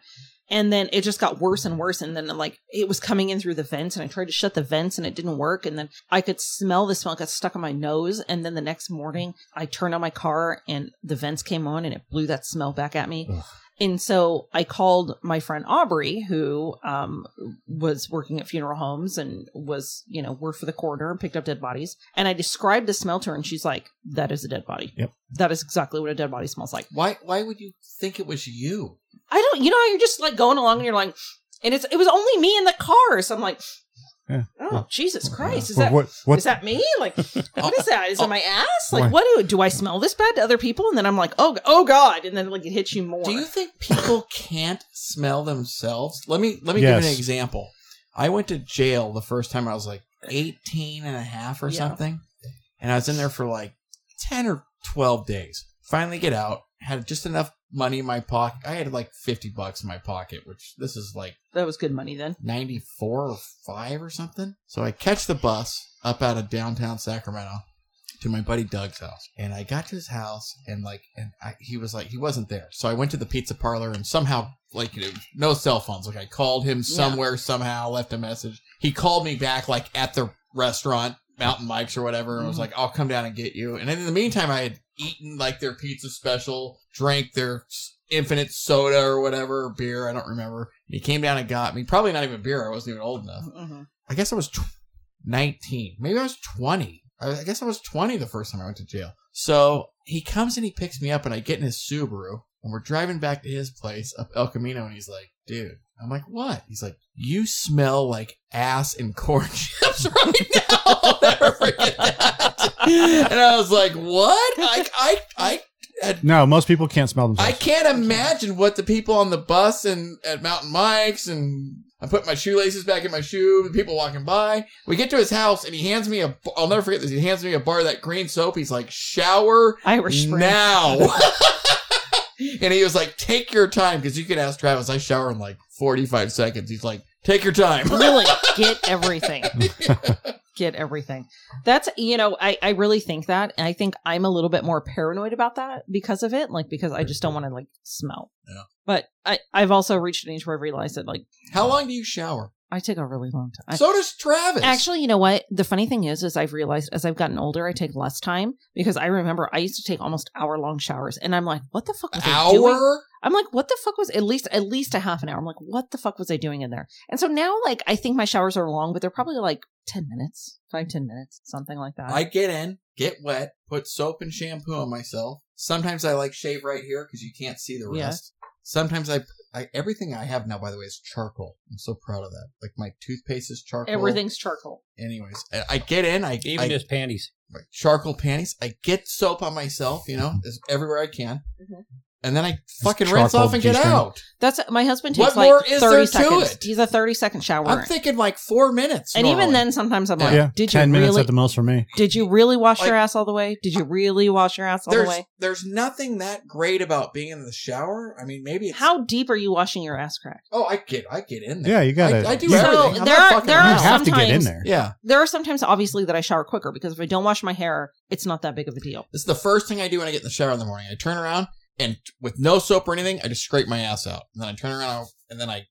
[SPEAKER 4] And then it just got worse and worse. And then, like, it was coming in through the vents and I tried to shut the vents and it didn't work. And then I could smell the smell, it got stuck on my nose. And then the next morning, I turned on my car and the vents came on and it blew that smell back at me.
[SPEAKER 1] Ugh.
[SPEAKER 4] And so I called my friend Aubrey, who um, was working at funeral homes and was, you know, worked for the coroner and picked up dead bodies. And I described the smell to her, and she's like, "That is a dead body.
[SPEAKER 1] Yep.
[SPEAKER 4] That is exactly what a dead body smells like."
[SPEAKER 5] Why? Why would you think it was you?
[SPEAKER 4] I don't, you know, how you're just like going along and you're like, and it's it was only me in the car, so I'm like,
[SPEAKER 1] Yeah.
[SPEAKER 4] "Oh Jesus Christ, is
[SPEAKER 1] What-
[SPEAKER 4] that
[SPEAKER 1] what-
[SPEAKER 4] is
[SPEAKER 1] what-
[SPEAKER 4] that me? Like, what is that? Is it my ass? Like,
[SPEAKER 1] Why?
[SPEAKER 4] what do do I smell this bad to other people?" And then I'm like, "Oh, oh God!" And then like it hits you more.
[SPEAKER 5] Do you think people can't smell themselves? Let me let me give you an
[SPEAKER 1] Yes.
[SPEAKER 5] example. I went to jail the first time I was like 18 and a half or
[SPEAKER 4] Yeah.
[SPEAKER 5] something. And I was in there for like 10 or 12 days. Finally get out, had just enough money in my pocket. I had like 50 bucks in my pocket, which this is like
[SPEAKER 4] that was good money then?
[SPEAKER 5] 94 or 5 or something. So I catch the bus up out of downtown Sacramento to my buddy Doug's house. And I got to his house and like and I, he was like he wasn't there. So I went to the pizza parlor and somehow like you know, no cell phones. Like I called him
[SPEAKER 4] Yeah.
[SPEAKER 5] somewhere somehow, left a message. He called me back like at the restaurant, Mountain Mike's or whatever, and was like, "I'll come down and get you." And in the meantime, I had eaten like their pizza special, drank their s- infinite soda or whatever, or beer, I don't remember. And he came down and got me. Probably not even beer. I wasn't even old enough.
[SPEAKER 4] Mhm.
[SPEAKER 5] I guess I was tw- 19. Maybe I was 20. I, I guess I was 20 the first time I went to jail. So he comes and he picks me up, and I get in his Subaru, and we're driving back to his place up El Camino, and he's like, dude. I'm like, what? He's like, you smell like ass and corn chips right now. I'll never forget that. And I was like, what? Like, I, I
[SPEAKER 1] No, most people can't smell
[SPEAKER 5] I
[SPEAKER 1] themselves.
[SPEAKER 5] can't imagine what the people on the bus and at Mountain Mike's and I put my shoelaces back in my shoe. The people walking by. We get to his house and he hands me a. I'll never forget this. He hands me a bar of that green soap. He's like, "Shower
[SPEAKER 4] Irish Spring.
[SPEAKER 5] now," and he was like, "Take your time," because you can ask Travis. I shower in like forty-five seconds. He's like, "Take your time."
[SPEAKER 4] really get everything get everything that's you know I, I really think that and i think i'm a little bit more paranoid about that because of it like because i just don't want to like smell
[SPEAKER 5] Yeah.
[SPEAKER 4] but i i've also reached an age where i've realized that like
[SPEAKER 5] How long do you shower?
[SPEAKER 4] i take a really long time I-
[SPEAKER 5] so does Travis.
[SPEAKER 4] Actually, you know what? The funny thing is, is I've realized as I've gotten older, I take less time because I remember I used to take almost hour long showers, and I'm like, what the fuck
[SPEAKER 5] An
[SPEAKER 4] was I doing?
[SPEAKER 5] hour.
[SPEAKER 4] I'm like, what the fuck was at least at least a half an hour? I'm like, what the fuck was I doing in there? And so now, like, I think my showers are long, but they're probably like ten minutes, five ten minutes, something like that.
[SPEAKER 5] I get in, get wet, put soap and shampoo on myself. Sometimes I like shave right here because you can't see the
[SPEAKER 4] Yeah.
[SPEAKER 5] rest. Sometimes I, I everything I have now, by the way, is charcoal. I'm so proud of that. Like my toothpaste is charcoal.
[SPEAKER 4] Everything's charcoal.
[SPEAKER 5] Anyways, I, I get in. I
[SPEAKER 7] Even
[SPEAKER 5] I-
[SPEAKER 7] his panties.
[SPEAKER 5] my charcoal panties. I get soap on myself. You know, as, everywhere I can.
[SPEAKER 4] Mhm.
[SPEAKER 5] And then I fucking rinse
[SPEAKER 1] charcoal
[SPEAKER 5] off and get
[SPEAKER 1] G-string.
[SPEAKER 5] out.
[SPEAKER 4] That's my husband
[SPEAKER 5] What
[SPEAKER 4] takes
[SPEAKER 5] more
[SPEAKER 4] like
[SPEAKER 5] is
[SPEAKER 4] thirty
[SPEAKER 5] there to
[SPEAKER 4] seconds.
[SPEAKER 5] it?
[SPEAKER 4] He's a thirty second shower.
[SPEAKER 5] I'm thinking like four minutes.
[SPEAKER 4] and even
[SPEAKER 5] normally.
[SPEAKER 4] then, sometimes I'm like,
[SPEAKER 1] yeah,
[SPEAKER 4] did you
[SPEAKER 1] ten minutes
[SPEAKER 4] really?
[SPEAKER 1] at the most for me.
[SPEAKER 4] Did you really wash
[SPEAKER 5] Like-
[SPEAKER 4] your ass all the way? Did you really wash your ass all the
[SPEAKER 5] there's
[SPEAKER 4] way?
[SPEAKER 5] there's nothing that great about being in the shower. I mean, maybe it's
[SPEAKER 4] How deep are you washing your ass crack?
[SPEAKER 5] Oh, I get, I get in there.
[SPEAKER 1] Yeah, you got
[SPEAKER 5] I-
[SPEAKER 1] it.
[SPEAKER 5] I do
[SPEAKER 1] You,
[SPEAKER 5] everything.
[SPEAKER 4] So
[SPEAKER 5] I'm
[SPEAKER 4] there
[SPEAKER 5] not
[SPEAKER 4] are
[SPEAKER 5] fucking
[SPEAKER 4] there
[SPEAKER 1] you
[SPEAKER 4] are
[SPEAKER 5] around.
[SPEAKER 1] have to get in
[SPEAKER 4] sometimes-
[SPEAKER 1] there.
[SPEAKER 5] Yeah.
[SPEAKER 4] There are sometimes, obviously, that I shower quicker because if I don't wash my hair, it's not that big of a deal.
[SPEAKER 5] This is the first thing I do when I get in the shower in the morning. I turn around and with no soap or anything, I just scrape my ass out. And then I turn around I'll- and then I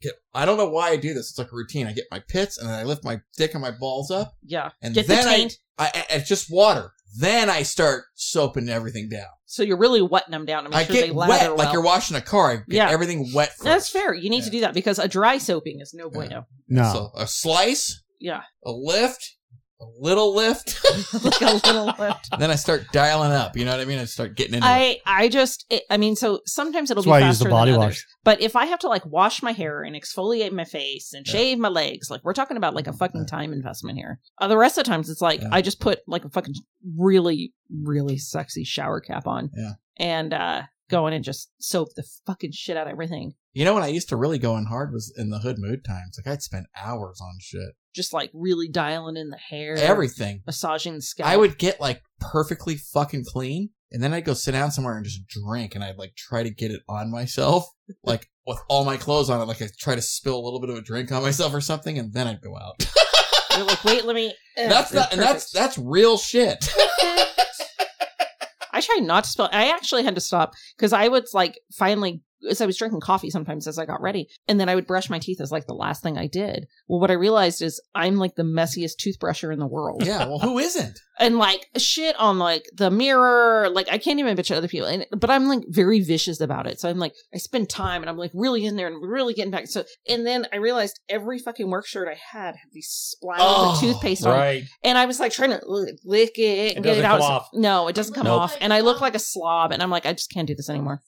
[SPEAKER 5] get, I don't know why I do this. It's like a routine. I get my pits and then I lift my dick and my balls up
[SPEAKER 4] Yeah,
[SPEAKER 5] and
[SPEAKER 4] get the
[SPEAKER 5] then I,
[SPEAKER 4] taint.
[SPEAKER 5] I, I, it's just water. Then I start soaping everything down.
[SPEAKER 4] So you're really wetting them down to make
[SPEAKER 5] I
[SPEAKER 4] sure they
[SPEAKER 5] get wet
[SPEAKER 4] lather well.
[SPEAKER 5] like you're washing a car. I get
[SPEAKER 4] Yeah.
[SPEAKER 5] everything wet. First.
[SPEAKER 4] That's fair. You need to
[SPEAKER 5] Yeah.
[SPEAKER 4] do that because a dry soaping is no bueno.
[SPEAKER 1] No,
[SPEAKER 5] So a slice,
[SPEAKER 4] Yeah,
[SPEAKER 5] a lift, a little lift.
[SPEAKER 4] like a little lift.
[SPEAKER 5] then I start dialing up. You know what I mean? I start getting into it.
[SPEAKER 4] I I just it, I mean, so sometimes it'll
[SPEAKER 1] that's
[SPEAKER 4] be
[SPEAKER 1] why I use
[SPEAKER 4] faster
[SPEAKER 1] the body
[SPEAKER 4] than
[SPEAKER 1] wash.
[SPEAKER 4] others. But if I have to like wash my hair and exfoliate my face and shave my legs, like we're talking about like a fucking time investment here. Uh, the rest of the times it's like
[SPEAKER 5] Mm-hmm. Yeah.
[SPEAKER 4] I just put like a fucking really really sexy shower cap on.
[SPEAKER 5] Yeah.
[SPEAKER 4] And uh go in and just soap the fucking shit out of everything.
[SPEAKER 5] You know when I used to really go in hard was in the hood mood times. Like I'd spend hours on shit,
[SPEAKER 4] Just like really dialing in the hair,
[SPEAKER 5] everything.
[SPEAKER 4] massaging the scalp.
[SPEAKER 5] I would get like perfectly fucking clean, and then I'd go sit down somewhere and just drink, and I'd like try to get it on myself, like with all my clothes on. Like I try to spill a little bit of a drink on myself or something, and then I'd go out.
[SPEAKER 4] You're like, wait, let me.
[SPEAKER 5] that's not, and that's that's real shit.
[SPEAKER 4] I try not to spill. I actually had to stop because I would like finally, as I was drinking coffee sometimes as I got ready, and then I would brush my teeth as like the last thing I did. Well, what I realized is I'm like the messiest toothbrusher in the world,
[SPEAKER 5] yeah, well, who isn't?
[SPEAKER 4] and like shit on like the mirror. Like I can't even bitch at other people, and but I'm like very vicious about it. So I'm like I spend time and I'm like really in there and really getting back. So and then I realized every fucking work shirt I had had these splatters
[SPEAKER 5] Oh,
[SPEAKER 4] of toothpaste on it.
[SPEAKER 7] Right.
[SPEAKER 4] And I was like trying to li- lick it and
[SPEAKER 7] It
[SPEAKER 4] get it
[SPEAKER 7] doesn't
[SPEAKER 4] out.
[SPEAKER 7] come off.
[SPEAKER 4] No, it doesn't come
[SPEAKER 7] Nope.
[SPEAKER 4] off. And I look like a slob. And I'm like, I just can't do this anymore.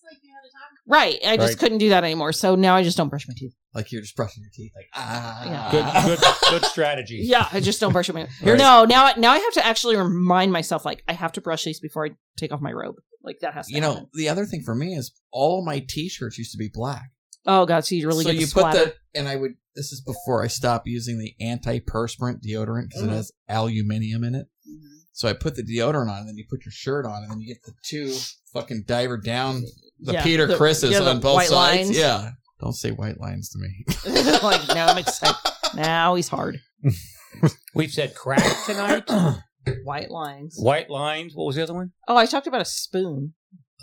[SPEAKER 4] Right. I just
[SPEAKER 7] Right.
[SPEAKER 4] couldn't do that anymore. So now I just don't brush my teeth.
[SPEAKER 5] Like you're just brushing your teeth, like ah.
[SPEAKER 7] Good, good, good strategy.
[SPEAKER 4] Yeah, I just don't brush my teeth.
[SPEAKER 7] Right.
[SPEAKER 4] No, now I- now I have to actually remind myself like I have to brush these before I take off my robe. Like that has to.
[SPEAKER 5] You know,
[SPEAKER 4] happen.
[SPEAKER 5] the other thing for me is all my t-shirts used to be black.
[SPEAKER 4] Oh god, so you really
[SPEAKER 5] so
[SPEAKER 4] get
[SPEAKER 5] you
[SPEAKER 4] the
[SPEAKER 5] put
[SPEAKER 4] splatter.
[SPEAKER 5] the and I would this is before I stopped using the antiperspirant deodorant because
[SPEAKER 4] Mhm.
[SPEAKER 5] it has aluminium in it.
[SPEAKER 4] Mm-hmm.
[SPEAKER 5] So I put the deodorant on, and then you put your shirt on, and then you get the two fucking diver down the
[SPEAKER 4] Yeah,
[SPEAKER 5] Peter
[SPEAKER 4] the-
[SPEAKER 5] Chris's
[SPEAKER 4] yeah, the
[SPEAKER 5] on both
[SPEAKER 4] white
[SPEAKER 5] sides.
[SPEAKER 4] lines.
[SPEAKER 5] Yeah, don't say white lines to me.
[SPEAKER 4] like now I'm excited. Now he's hard.
[SPEAKER 7] We've said crack tonight,
[SPEAKER 4] White lines.
[SPEAKER 7] white lines. What was the other one?
[SPEAKER 4] Oh, I talked about a spoon.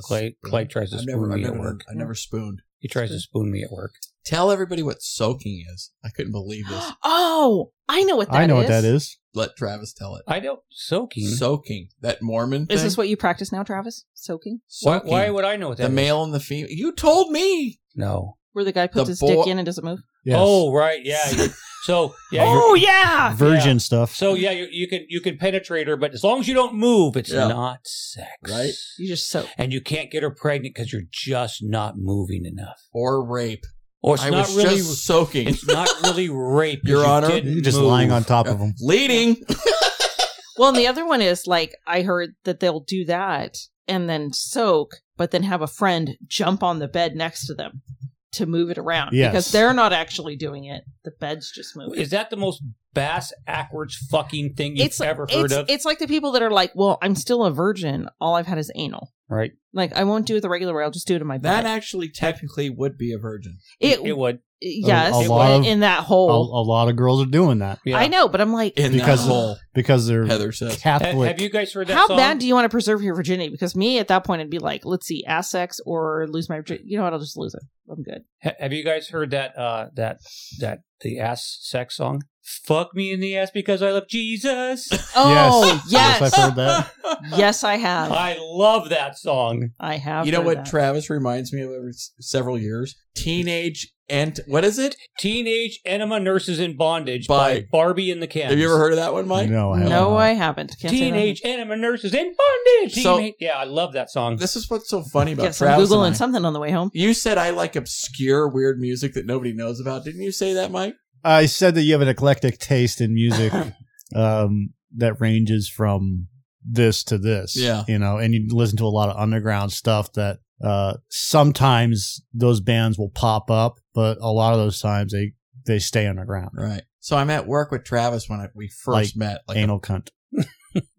[SPEAKER 7] Clay- Clay tries to
[SPEAKER 5] I've
[SPEAKER 7] spoon
[SPEAKER 5] never, I've
[SPEAKER 7] me at
[SPEAKER 5] never,
[SPEAKER 7] work.
[SPEAKER 5] I've never spooned.
[SPEAKER 7] He tries to spoon me at work.
[SPEAKER 5] Tell everybody what soaking is. I couldn't believe this.
[SPEAKER 4] Oh, I know what that is.
[SPEAKER 1] I know what that is.
[SPEAKER 5] let Travis tell it.
[SPEAKER 7] I don't soaking.
[SPEAKER 5] Soaking that Mormon.
[SPEAKER 4] Is
[SPEAKER 5] thing?
[SPEAKER 4] this what you practice now, Travis? Soaking?
[SPEAKER 7] why,
[SPEAKER 5] Soaking.
[SPEAKER 7] why would I know what that?
[SPEAKER 5] the
[SPEAKER 7] is?
[SPEAKER 5] male and the female? You told me.
[SPEAKER 7] No.
[SPEAKER 4] Where the guy puts
[SPEAKER 5] The
[SPEAKER 4] his
[SPEAKER 5] boy-
[SPEAKER 4] dick in and doesn't move?
[SPEAKER 1] Yes.
[SPEAKER 7] Oh right, yeah. you- So yeah.
[SPEAKER 4] oh,
[SPEAKER 7] you're-
[SPEAKER 4] yeah.
[SPEAKER 1] virgin stuff.
[SPEAKER 7] So yeah, you, you can you can penetrate her, but as long as you don't move, it's
[SPEAKER 5] Yeah.
[SPEAKER 7] not sex,
[SPEAKER 5] Right.
[SPEAKER 4] You just soak.
[SPEAKER 7] And you can't get her pregnant because you're just not moving enough,
[SPEAKER 5] Or rape.
[SPEAKER 7] or it's
[SPEAKER 5] I
[SPEAKER 7] not
[SPEAKER 5] was
[SPEAKER 7] really
[SPEAKER 5] just soaking.
[SPEAKER 7] it's not really rape. if
[SPEAKER 5] Your
[SPEAKER 7] you
[SPEAKER 5] Honor,
[SPEAKER 7] didn't
[SPEAKER 1] You're just
[SPEAKER 7] move.
[SPEAKER 1] lying on top of them.
[SPEAKER 5] Leading.
[SPEAKER 4] Well, and the other one is like, I heard that they'll do that and then soak, but then have a friend jump on the bed next to them to move it around
[SPEAKER 1] Yes.
[SPEAKER 4] because they're not actually doing it. The bed's just moving.
[SPEAKER 7] Is that the most bass backwards fucking thing you've
[SPEAKER 4] It's-
[SPEAKER 7] ever heard
[SPEAKER 4] It's,
[SPEAKER 7] of?
[SPEAKER 4] it's like the people that are like, well, I'm still a virgin. All I've had is anal.
[SPEAKER 7] right.
[SPEAKER 4] Like, I won't do it the regular way. I'll just do it in my bed.
[SPEAKER 5] That actually technically would be a virgin.
[SPEAKER 4] it,
[SPEAKER 7] It would.
[SPEAKER 4] yes,
[SPEAKER 1] a lot
[SPEAKER 4] in,
[SPEAKER 1] of-
[SPEAKER 4] in that
[SPEAKER 1] A,
[SPEAKER 4] hole.
[SPEAKER 1] a lot of girls are doing that
[SPEAKER 7] Yeah.
[SPEAKER 4] I know, but I'm like,
[SPEAKER 5] In
[SPEAKER 1] Because-
[SPEAKER 5] that hole,
[SPEAKER 1] because they're
[SPEAKER 5] Heather says.
[SPEAKER 7] Ha- Have,
[SPEAKER 1] Catholic.
[SPEAKER 7] you guys heard that
[SPEAKER 4] how
[SPEAKER 7] song?
[SPEAKER 4] bad do you want to preserve your virginity? Because me at that point, I'd be like, let's see, ass sex or lose my virginity. You know what? I'll just lose it. I'm good.
[SPEAKER 7] Ha- have you guys heard that uh that that the ass sex song? Fuck me in the ass because I love Jesus.
[SPEAKER 4] Oh, yes.
[SPEAKER 1] I've heard that.
[SPEAKER 4] Yes, I have.
[SPEAKER 7] I love that song.
[SPEAKER 4] I have.
[SPEAKER 5] you know
[SPEAKER 4] heard
[SPEAKER 5] what
[SPEAKER 4] that.
[SPEAKER 5] Travis reminds me of over s- several years? Teenage and what is it?
[SPEAKER 7] Teenage Enema Nurses in Bondage by,
[SPEAKER 5] By-
[SPEAKER 7] Barbie and the Kens.
[SPEAKER 5] Have you ever heard of that one, Mike?
[SPEAKER 1] No, I haven't.
[SPEAKER 4] no, I haven't. Can't say that.
[SPEAKER 7] Teenage Enema Nurses in Bondage?
[SPEAKER 5] So-
[SPEAKER 7] Teenage- yeah, I love that song.
[SPEAKER 5] This is what's so funny about
[SPEAKER 4] Yes, I'm
[SPEAKER 5] Travis. and I.
[SPEAKER 4] googling something on the way home.
[SPEAKER 5] You said I like obscure, weird music that nobody knows about. Didn't you say that, Mike?
[SPEAKER 1] I said that you have an eclectic taste in music um, that ranges from this to this.
[SPEAKER 5] Yeah.
[SPEAKER 1] You know, and you listen to a lot of underground stuff that uh, sometimes those bands will pop up, but a lot of those times they, they stay underground.
[SPEAKER 5] Right. So I'm at work with Travis when I, we first
[SPEAKER 1] Like
[SPEAKER 5] met. Like,
[SPEAKER 1] Anal cunt.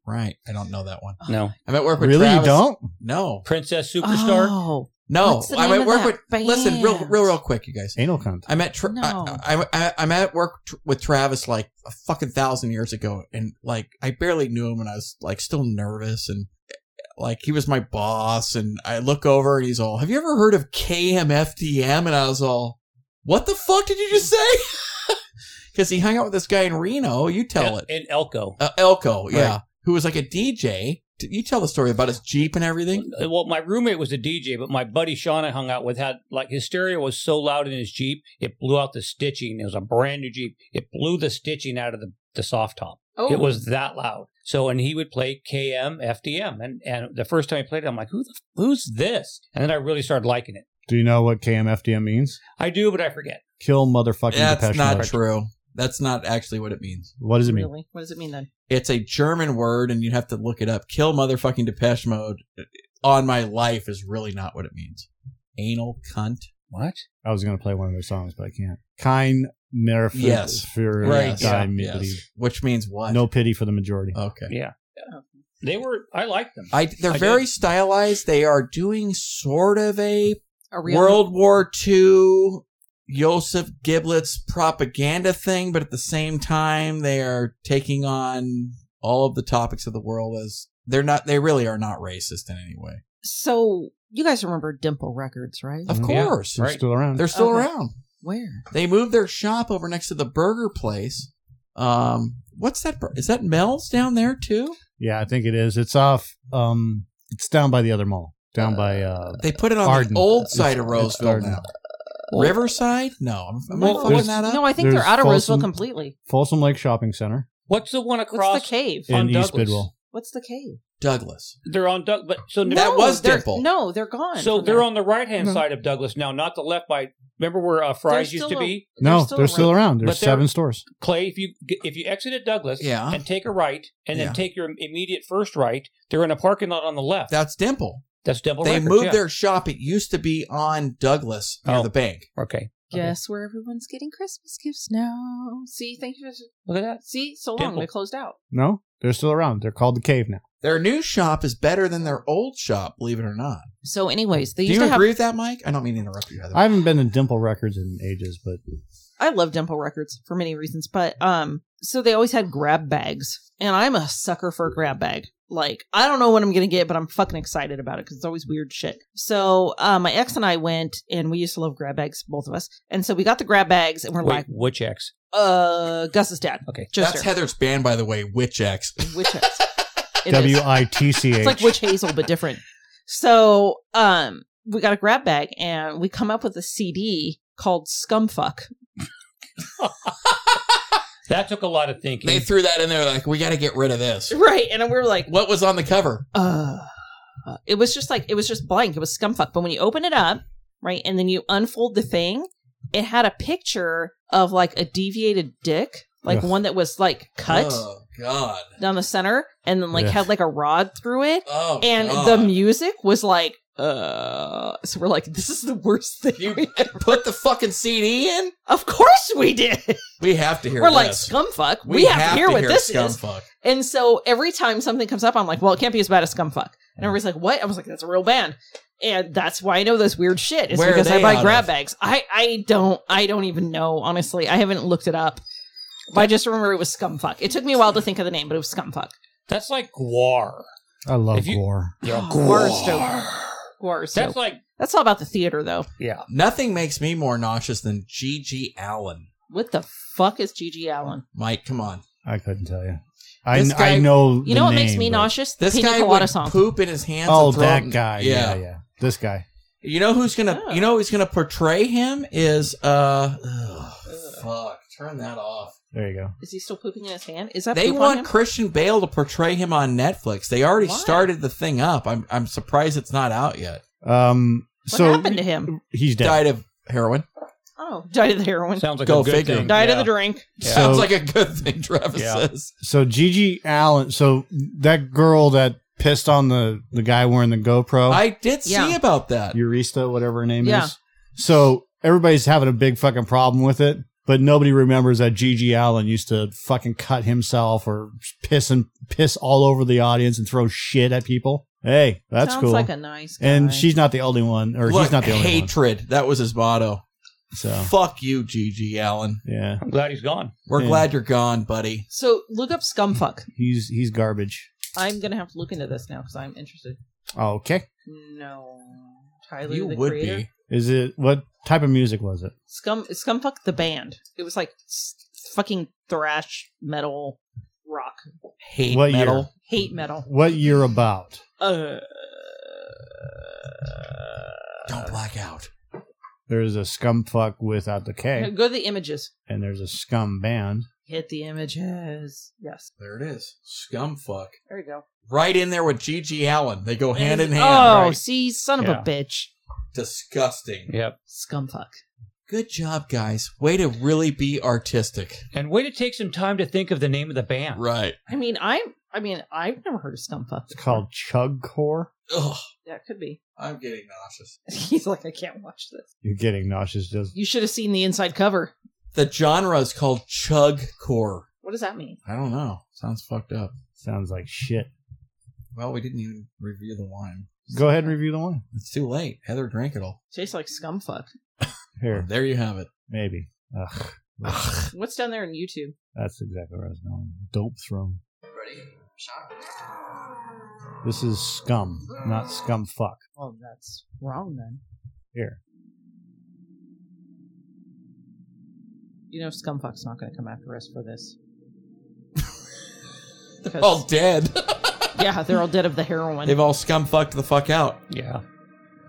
[SPEAKER 5] right. I don't know that one.
[SPEAKER 7] no.
[SPEAKER 5] I'm at work with
[SPEAKER 1] Really?
[SPEAKER 5] Travis.
[SPEAKER 1] You don't?
[SPEAKER 5] No.
[SPEAKER 7] Princess Superstar.
[SPEAKER 4] Oh,
[SPEAKER 5] No.
[SPEAKER 4] What's the
[SPEAKER 5] I'm
[SPEAKER 4] name
[SPEAKER 5] at
[SPEAKER 4] of
[SPEAKER 5] work
[SPEAKER 4] that
[SPEAKER 5] with. Listen, real,
[SPEAKER 4] band?
[SPEAKER 5] real, real quick, you guys.
[SPEAKER 1] Anal cunt.
[SPEAKER 5] I'm at. Tra-
[SPEAKER 4] No.
[SPEAKER 5] I, I, I, I'm at work tr- with Travis like a fucking thousand years ago, and like I barely knew him, and I was like still nervous, and like he was my boss, and I look over, and he's all, "Have you ever heard of KMFDM?" And I was all, "What the fuck did you just say?" Because he hung out with this guy in Reno. You tell it,
[SPEAKER 7] in, in Elko.
[SPEAKER 5] uh, Elko, yeah,
[SPEAKER 7] Right.
[SPEAKER 5] who was like a DJ. Did you tell the story about his Jeep and everything?
[SPEAKER 7] Uh, Well, my roommate was a DJ, but my buddy Sean I hung out with had like his stereo was so loud in his Jeep, it blew out the stitching. It was a brand new Jeep. It blew the stitching out of the, the soft top.
[SPEAKER 4] oh,
[SPEAKER 7] It was that loud. So, and he would play KM FDM. And, and the first time he played it, I'm like, Who the, who's this? And then I really started liking it.
[SPEAKER 1] Do you know what KMFDM means?
[SPEAKER 7] I do, but I forget.
[SPEAKER 1] Kill motherfucking
[SPEAKER 5] That's
[SPEAKER 1] Depeche
[SPEAKER 5] not
[SPEAKER 1] Mode.
[SPEAKER 5] true. That's not actually what it means.
[SPEAKER 1] What does it mean?
[SPEAKER 4] really? What does it mean then?
[SPEAKER 5] It's a German word, and you'd have to look it up. Kill motherfucking Depeche Mode uh, on my life is really not what it means. Anal cunt.
[SPEAKER 7] What?
[SPEAKER 1] I was going to play one of their songs, but I can't. Kind nerf
[SPEAKER 5] Yes.
[SPEAKER 1] for
[SPEAKER 5] Right,
[SPEAKER 1] die
[SPEAKER 5] yeah,
[SPEAKER 1] midi.
[SPEAKER 5] yes. Uh, Which means what?
[SPEAKER 1] No pity for the majority.
[SPEAKER 5] Okay.
[SPEAKER 7] They were, I liked them.
[SPEAKER 5] I, they're
[SPEAKER 7] I did.
[SPEAKER 5] very stylized. They are doing sort of a
[SPEAKER 4] A real
[SPEAKER 5] World War II Joseph Giblets propaganda thing, but at the same time, they are taking on all of the topics of the world as they're not, they really are not racist in any way.
[SPEAKER 4] So you guys remember Dimple Records, right?
[SPEAKER 5] Of
[SPEAKER 1] Mhm. Yeah,
[SPEAKER 5] course.
[SPEAKER 1] They're
[SPEAKER 7] right.
[SPEAKER 1] still around.
[SPEAKER 5] Mm-hmm. They're still
[SPEAKER 4] Okay.
[SPEAKER 5] around.
[SPEAKER 4] Where?
[SPEAKER 5] They moved their shop over next to the burger place. Um, what's that? bur- Is that Mel's down there too?
[SPEAKER 1] Yeah, I think it is. It's off. Um, it's down by the other mall, down by. Uh,
[SPEAKER 5] They put it on
[SPEAKER 1] Arden.
[SPEAKER 5] the old side of
[SPEAKER 1] It's- it's
[SPEAKER 5] Roseville
[SPEAKER 1] Arden.
[SPEAKER 5] now. Riverside? No, am, am
[SPEAKER 7] Well,
[SPEAKER 5] I fucking
[SPEAKER 1] there's-
[SPEAKER 5] that up?
[SPEAKER 4] No, I think they're
[SPEAKER 1] There's
[SPEAKER 4] out of Roseville
[SPEAKER 1] Folsom-
[SPEAKER 4] completely.
[SPEAKER 1] Folsom Lake Shopping Center
[SPEAKER 7] What's the one across?
[SPEAKER 4] What's the cave?
[SPEAKER 1] in
[SPEAKER 7] On Douglas.
[SPEAKER 1] East Bidwell.
[SPEAKER 4] What's the cave?
[SPEAKER 5] Douglas.
[SPEAKER 7] They're on Doug, but so
[SPEAKER 5] That was
[SPEAKER 4] they're-
[SPEAKER 5] Dimple.
[SPEAKER 4] No, they're gone.
[SPEAKER 7] So
[SPEAKER 4] from
[SPEAKER 7] they're
[SPEAKER 4] there.
[SPEAKER 7] on the right hand
[SPEAKER 1] No.
[SPEAKER 7] side of Douglas now, not the left. By remember where uh, Fry's used
[SPEAKER 4] still
[SPEAKER 7] to
[SPEAKER 4] a-
[SPEAKER 7] be.
[SPEAKER 1] No, they're still around. There's
[SPEAKER 7] But they're-
[SPEAKER 1] seven stores.
[SPEAKER 7] Clay, if you if you exit at Douglas,
[SPEAKER 5] Yeah.
[SPEAKER 7] and take a right, and then
[SPEAKER 5] Yeah.
[SPEAKER 7] take your immediate first right, they're in a parking lot on the left.
[SPEAKER 5] That's Dimple.
[SPEAKER 7] That's Devil
[SPEAKER 5] they
[SPEAKER 7] Records,
[SPEAKER 5] moved
[SPEAKER 7] yeah.
[SPEAKER 5] their shop. It used to be on Douglas near
[SPEAKER 7] Oh.
[SPEAKER 5] the bank.
[SPEAKER 7] Okay,
[SPEAKER 4] Guess where everyone's getting Christmas gifts now? See, thank you. for-
[SPEAKER 7] look at that.
[SPEAKER 4] See, so long
[SPEAKER 7] Dimple.
[SPEAKER 4] they closed out.
[SPEAKER 1] No, they're still around. They're called the Cave now.
[SPEAKER 5] Their new shop is better than their old shop, believe it or not.
[SPEAKER 4] So, anyways, they
[SPEAKER 5] Do
[SPEAKER 4] used
[SPEAKER 5] you
[SPEAKER 4] to have.
[SPEAKER 5] agree with that, Mike? I don't mean to interrupt you. Heather.
[SPEAKER 1] I haven't been to Dimple Records in ages, but
[SPEAKER 4] I love Dimple Records for many reasons, but um, so they always had grab bags, and I'm a sucker for a grab bag. Like, I don't know what I'm going to get, but I'm fucking excited about it because it's always weird shit. So, uh, my ex and I went, and we used to love grab bags, both of us. And so we got the grab bags, and we're
[SPEAKER 7] Wait,
[SPEAKER 4] like,
[SPEAKER 7] which X?
[SPEAKER 4] uh, Gus's dad.
[SPEAKER 7] Okay.
[SPEAKER 4] Joe's
[SPEAKER 5] That's
[SPEAKER 4] dad.
[SPEAKER 5] Heather's band, by the way, Witch X.
[SPEAKER 4] Witch X. It is.
[SPEAKER 1] W I T C
[SPEAKER 4] It's like
[SPEAKER 1] H.
[SPEAKER 4] witch hazel, but different. So, um, we got a grab bag, and we come up with a CD called Scumfuck.
[SPEAKER 7] That took a lot of thinking.
[SPEAKER 5] They threw that in there like, we got to get rid of this.
[SPEAKER 4] Right, and we were like,
[SPEAKER 5] What was on the cover?
[SPEAKER 4] uh, it was just like it was just blank. It was scumfuck. But when you open it up, right, and then you unfold the thing, it had a picture of like a deviated dick, like
[SPEAKER 1] Ugh.
[SPEAKER 4] one that was like cut
[SPEAKER 5] Oh, God.
[SPEAKER 4] down the center, and then like
[SPEAKER 1] Ugh.
[SPEAKER 4] had like a rod through it,
[SPEAKER 5] Oh,
[SPEAKER 4] and
[SPEAKER 5] God.
[SPEAKER 4] the music was like, uh. So we're like, this is the worst thing.
[SPEAKER 5] You
[SPEAKER 4] we-
[SPEAKER 5] put the fucking CD in?
[SPEAKER 4] of course we did.
[SPEAKER 5] We have to hear
[SPEAKER 4] we're like
[SPEAKER 5] this.
[SPEAKER 4] scumfuck. We, have, to hear what this is.
[SPEAKER 5] scumfuck.
[SPEAKER 4] And so every time something comes up, I'm like, well, it can't be as bad as Scumfuck. And everybody's like, what? I was like, that's a real band. And that's why I know this weird shit. Is
[SPEAKER 5] Where are
[SPEAKER 4] because I
[SPEAKER 5] they out
[SPEAKER 4] buy
[SPEAKER 5] of?
[SPEAKER 4] grab bags. I, I don't I don't even know, honestly. I haven't looked it up. But I just remember it was Scumfuck. It took me a while to think of the name, but it was Scumfuck.
[SPEAKER 7] That's like Guar.
[SPEAKER 1] I love
[SPEAKER 7] If you-
[SPEAKER 1] gore.
[SPEAKER 7] Yeah,
[SPEAKER 4] Guar is dope. Guar is
[SPEAKER 7] That's
[SPEAKER 4] dope.
[SPEAKER 7] like
[SPEAKER 4] That's all about the theater though.
[SPEAKER 7] yeah.
[SPEAKER 5] Nothing makes me more nauseous than G.G. Allen.
[SPEAKER 4] What the fuck is Gigi Allen?
[SPEAKER 5] Mike, come on.
[SPEAKER 1] I couldn't tell you. I,
[SPEAKER 5] This
[SPEAKER 1] kn-
[SPEAKER 5] guy-
[SPEAKER 1] I know.
[SPEAKER 4] You
[SPEAKER 1] the
[SPEAKER 4] know what
[SPEAKER 1] name,
[SPEAKER 4] makes me
[SPEAKER 1] but-
[SPEAKER 4] nauseous? The
[SPEAKER 5] This
[SPEAKER 4] Pina
[SPEAKER 5] guy
[SPEAKER 4] Colada
[SPEAKER 5] would
[SPEAKER 4] song.
[SPEAKER 5] poop in his hands.
[SPEAKER 1] Oh,
[SPEAKER 5] and throw it
[SPEAKER 1] that
[SPEAKER 5] in-
[SPEAKER 1] guy. Yeah. yeah, This guy.
[SPEAKER 5] You know who's gonna
[SPEAKER 4] Oh.
[SPEAKER 5] you know who's gonna portray him is uh ugh, fuck turn that off.
[SPEAKER 1] There you go.
[SPEAKER 4] Is he still pooping in his hand? Is that
[SPEAKER 5] They
[SPEAKER 4] poop on
[SPEAKER 5] want
[SPEAKER 4] him?
[SPEAKER 5] Christian Bale to portray him on Netflix. They already
[SPEAKER 4] Why?
[SPEAKER 5] started the thing up. I'm I'm surprised it's not out yet.
[SPEAKER 1] Um.
[SPEAKER 4] What
[SPEAKER 1] so
[SPEAKER 4] happened to him?
[SPEAKER 1] he's dead.
[SPEAKER 5] Died of heroin.
[SPEAKER 4] Oh, died of the heroin.
[SPEAKER 7] Sounds like
[SPEAKER 5] Go
[SPEAKER 7] a good
[SPEAKER 5] figure.
[SPEAKER 7] thing.
[SPEAKER 4] died of
[SPEAKER 7] Yeah.
[SPEAKER 4] the drink.
[SPEAKER 1] So-
[SPEAKER 5] Sounds like a good thing, Travis
[SPEAKER 7] Yeah.
[SPEAKER 5] says.
[SPEAKER 1] So Gigi Allen. So that girl that pissed on the the guy wearing the GoPro.
[SPEAKER 5] I did see
[SPEAKER 4] Yeah.
[SPEAKER 5] about that.
[SPEAKER 1] Eurista, whatever her name
[SPEAKER 4] Yeah.
[SPEAKER 1] is. So everybody's having a big fucking problem with it, but nobody remembers that Gigi Allen used to fucking cut himself or piss and piss all over the audience and throw shit at people. Hey, that's
[SPEAKER 4] Sounds
[SPEAKER 1] cool.
[SPEAKER 4] like a nice guy.
[SPEAKER 1] and she's not the only one, or
[SPEAKER 5] Look,
[SPEAKER 1] he's not the only one.
[SPEAKER 5] hatred. That was his motto.
[SPEAKER 1] So
[SPEAKER 5] Fuck you, G.G. Allen.
[SPEAKER 1] yeah,
[SPEAKER 7] I'm glad he's gone.
[SPEAKER 5] We're
[SPEAKER 1] Yeah.
[SPEAKER 5] glad you're gone, buddy.
[SPEAKER 4] So look up scumfuck.
[SPEAKER 1] he's he's garbage.
[SPEAKER 4] I'm gonna have to look into this now because I'm interested.
[SPEAKER 1] Okay,
[SPEAKER 4] No, Tyler,
[SPEAKER 5] you
[SPEAKER 4] the
[SPEAKER 5] would
[SPEAKER 4] creator?
[SPEAKER 5] be.
[SPEAKER 1] is it what type of music was it?
[SPEAKER 4] Scum scumfuck the band. It was like s- fucking thrash metal, rock,
[SPEAKER 5] Hate
[SPEAKER 1] What
[SPEAKER 5] metal.
[SPEAKER 1] year?
[SPEAKER 4] hate metal.
[SPEAKER 1] What year about?
[SPEAKER 4] Uh,
[SPEAKER 5] Don't black out.
[SPEAKER 1] There's a scum fuck without the K,
[SPEAKER 4] go to the images.
[SPEAKER 1] and there's a scum band.
[SPEAKER 4] Hit the images. Yes,
[SPEAKER 5] There it is. Scumfuck.
[SPEAKER 4] there you go.
[SPEAKER 5] Right in there with G.G. Allen. They go hand in hand.
[SPEAKER 4] Oh,
[SPEAKER 5] right?
[SPEAKER 4] see, son of
[SPEAKER 7] Yeah.
[SPEAKER 4] a bitch,
[SPEAKER 5] Disgusting.
[SPEAKER 7] Yep.
[SPEAKER 4] scumfuck.
[SPEAKER 5] Good job, guys. Way to really be artistic.
[SPEAKER 7] And way to take some time to think of the name of the band.
[SPEAKER 5] Right.
[SPEAKER 4] I mean, I'm. I mean, I've never heard of scumfuck.
[SPEAKER 1] It's called Chug Core.
[SPEAKER 5] Ugh.
[SPEAKER 4] That could be.
[SPEAKER 5] I'm getting nauseous.
[SPEAKER 4] He's like, I can't watch this.
[SPEAKER 1] You're getting nauseous just
[SPEAKER 4] You should have seen the inside cover.
[SPEAKER 5] The genre is called chug core.
[SPEAKER 4] What does that mean?
[SPEAKER 5] I don't know. Sounds fucked up.
[SPEAKER 1] Sounds like shit.
[SPEAKER 5] Well, we didn't even review the wine.
[SPEAKER 1] Go ahead and review the wine.
[SPEAKER 5] It's too late. Heather drank it all.
[SPEAKER 4] Tastes like scumfuck.
[SPEAKER 1] Here,
[SPEAKER 5] There you have it.
[SPEAKER 1] maybe. Ugh,
[SPEAKER 4] What's down there in YouTube?
[SPEAKER 1] that's exactly where I was going. Dope throne. This is scum, not scum fuck.
[SPEAKER 4] Well, that's wrong then.
[SPEAKER 1] Here.
[SPEAKER 4] You know, scumfuck's not going to come after us for this. Because-
[SPEAKER 5] All dead.
[SPEAKER 4] yeah, they're all dead of the heroin.
[SPEAKER 5] They've all scum fucked the fuck out.
[SPEAKER 7] Yeah.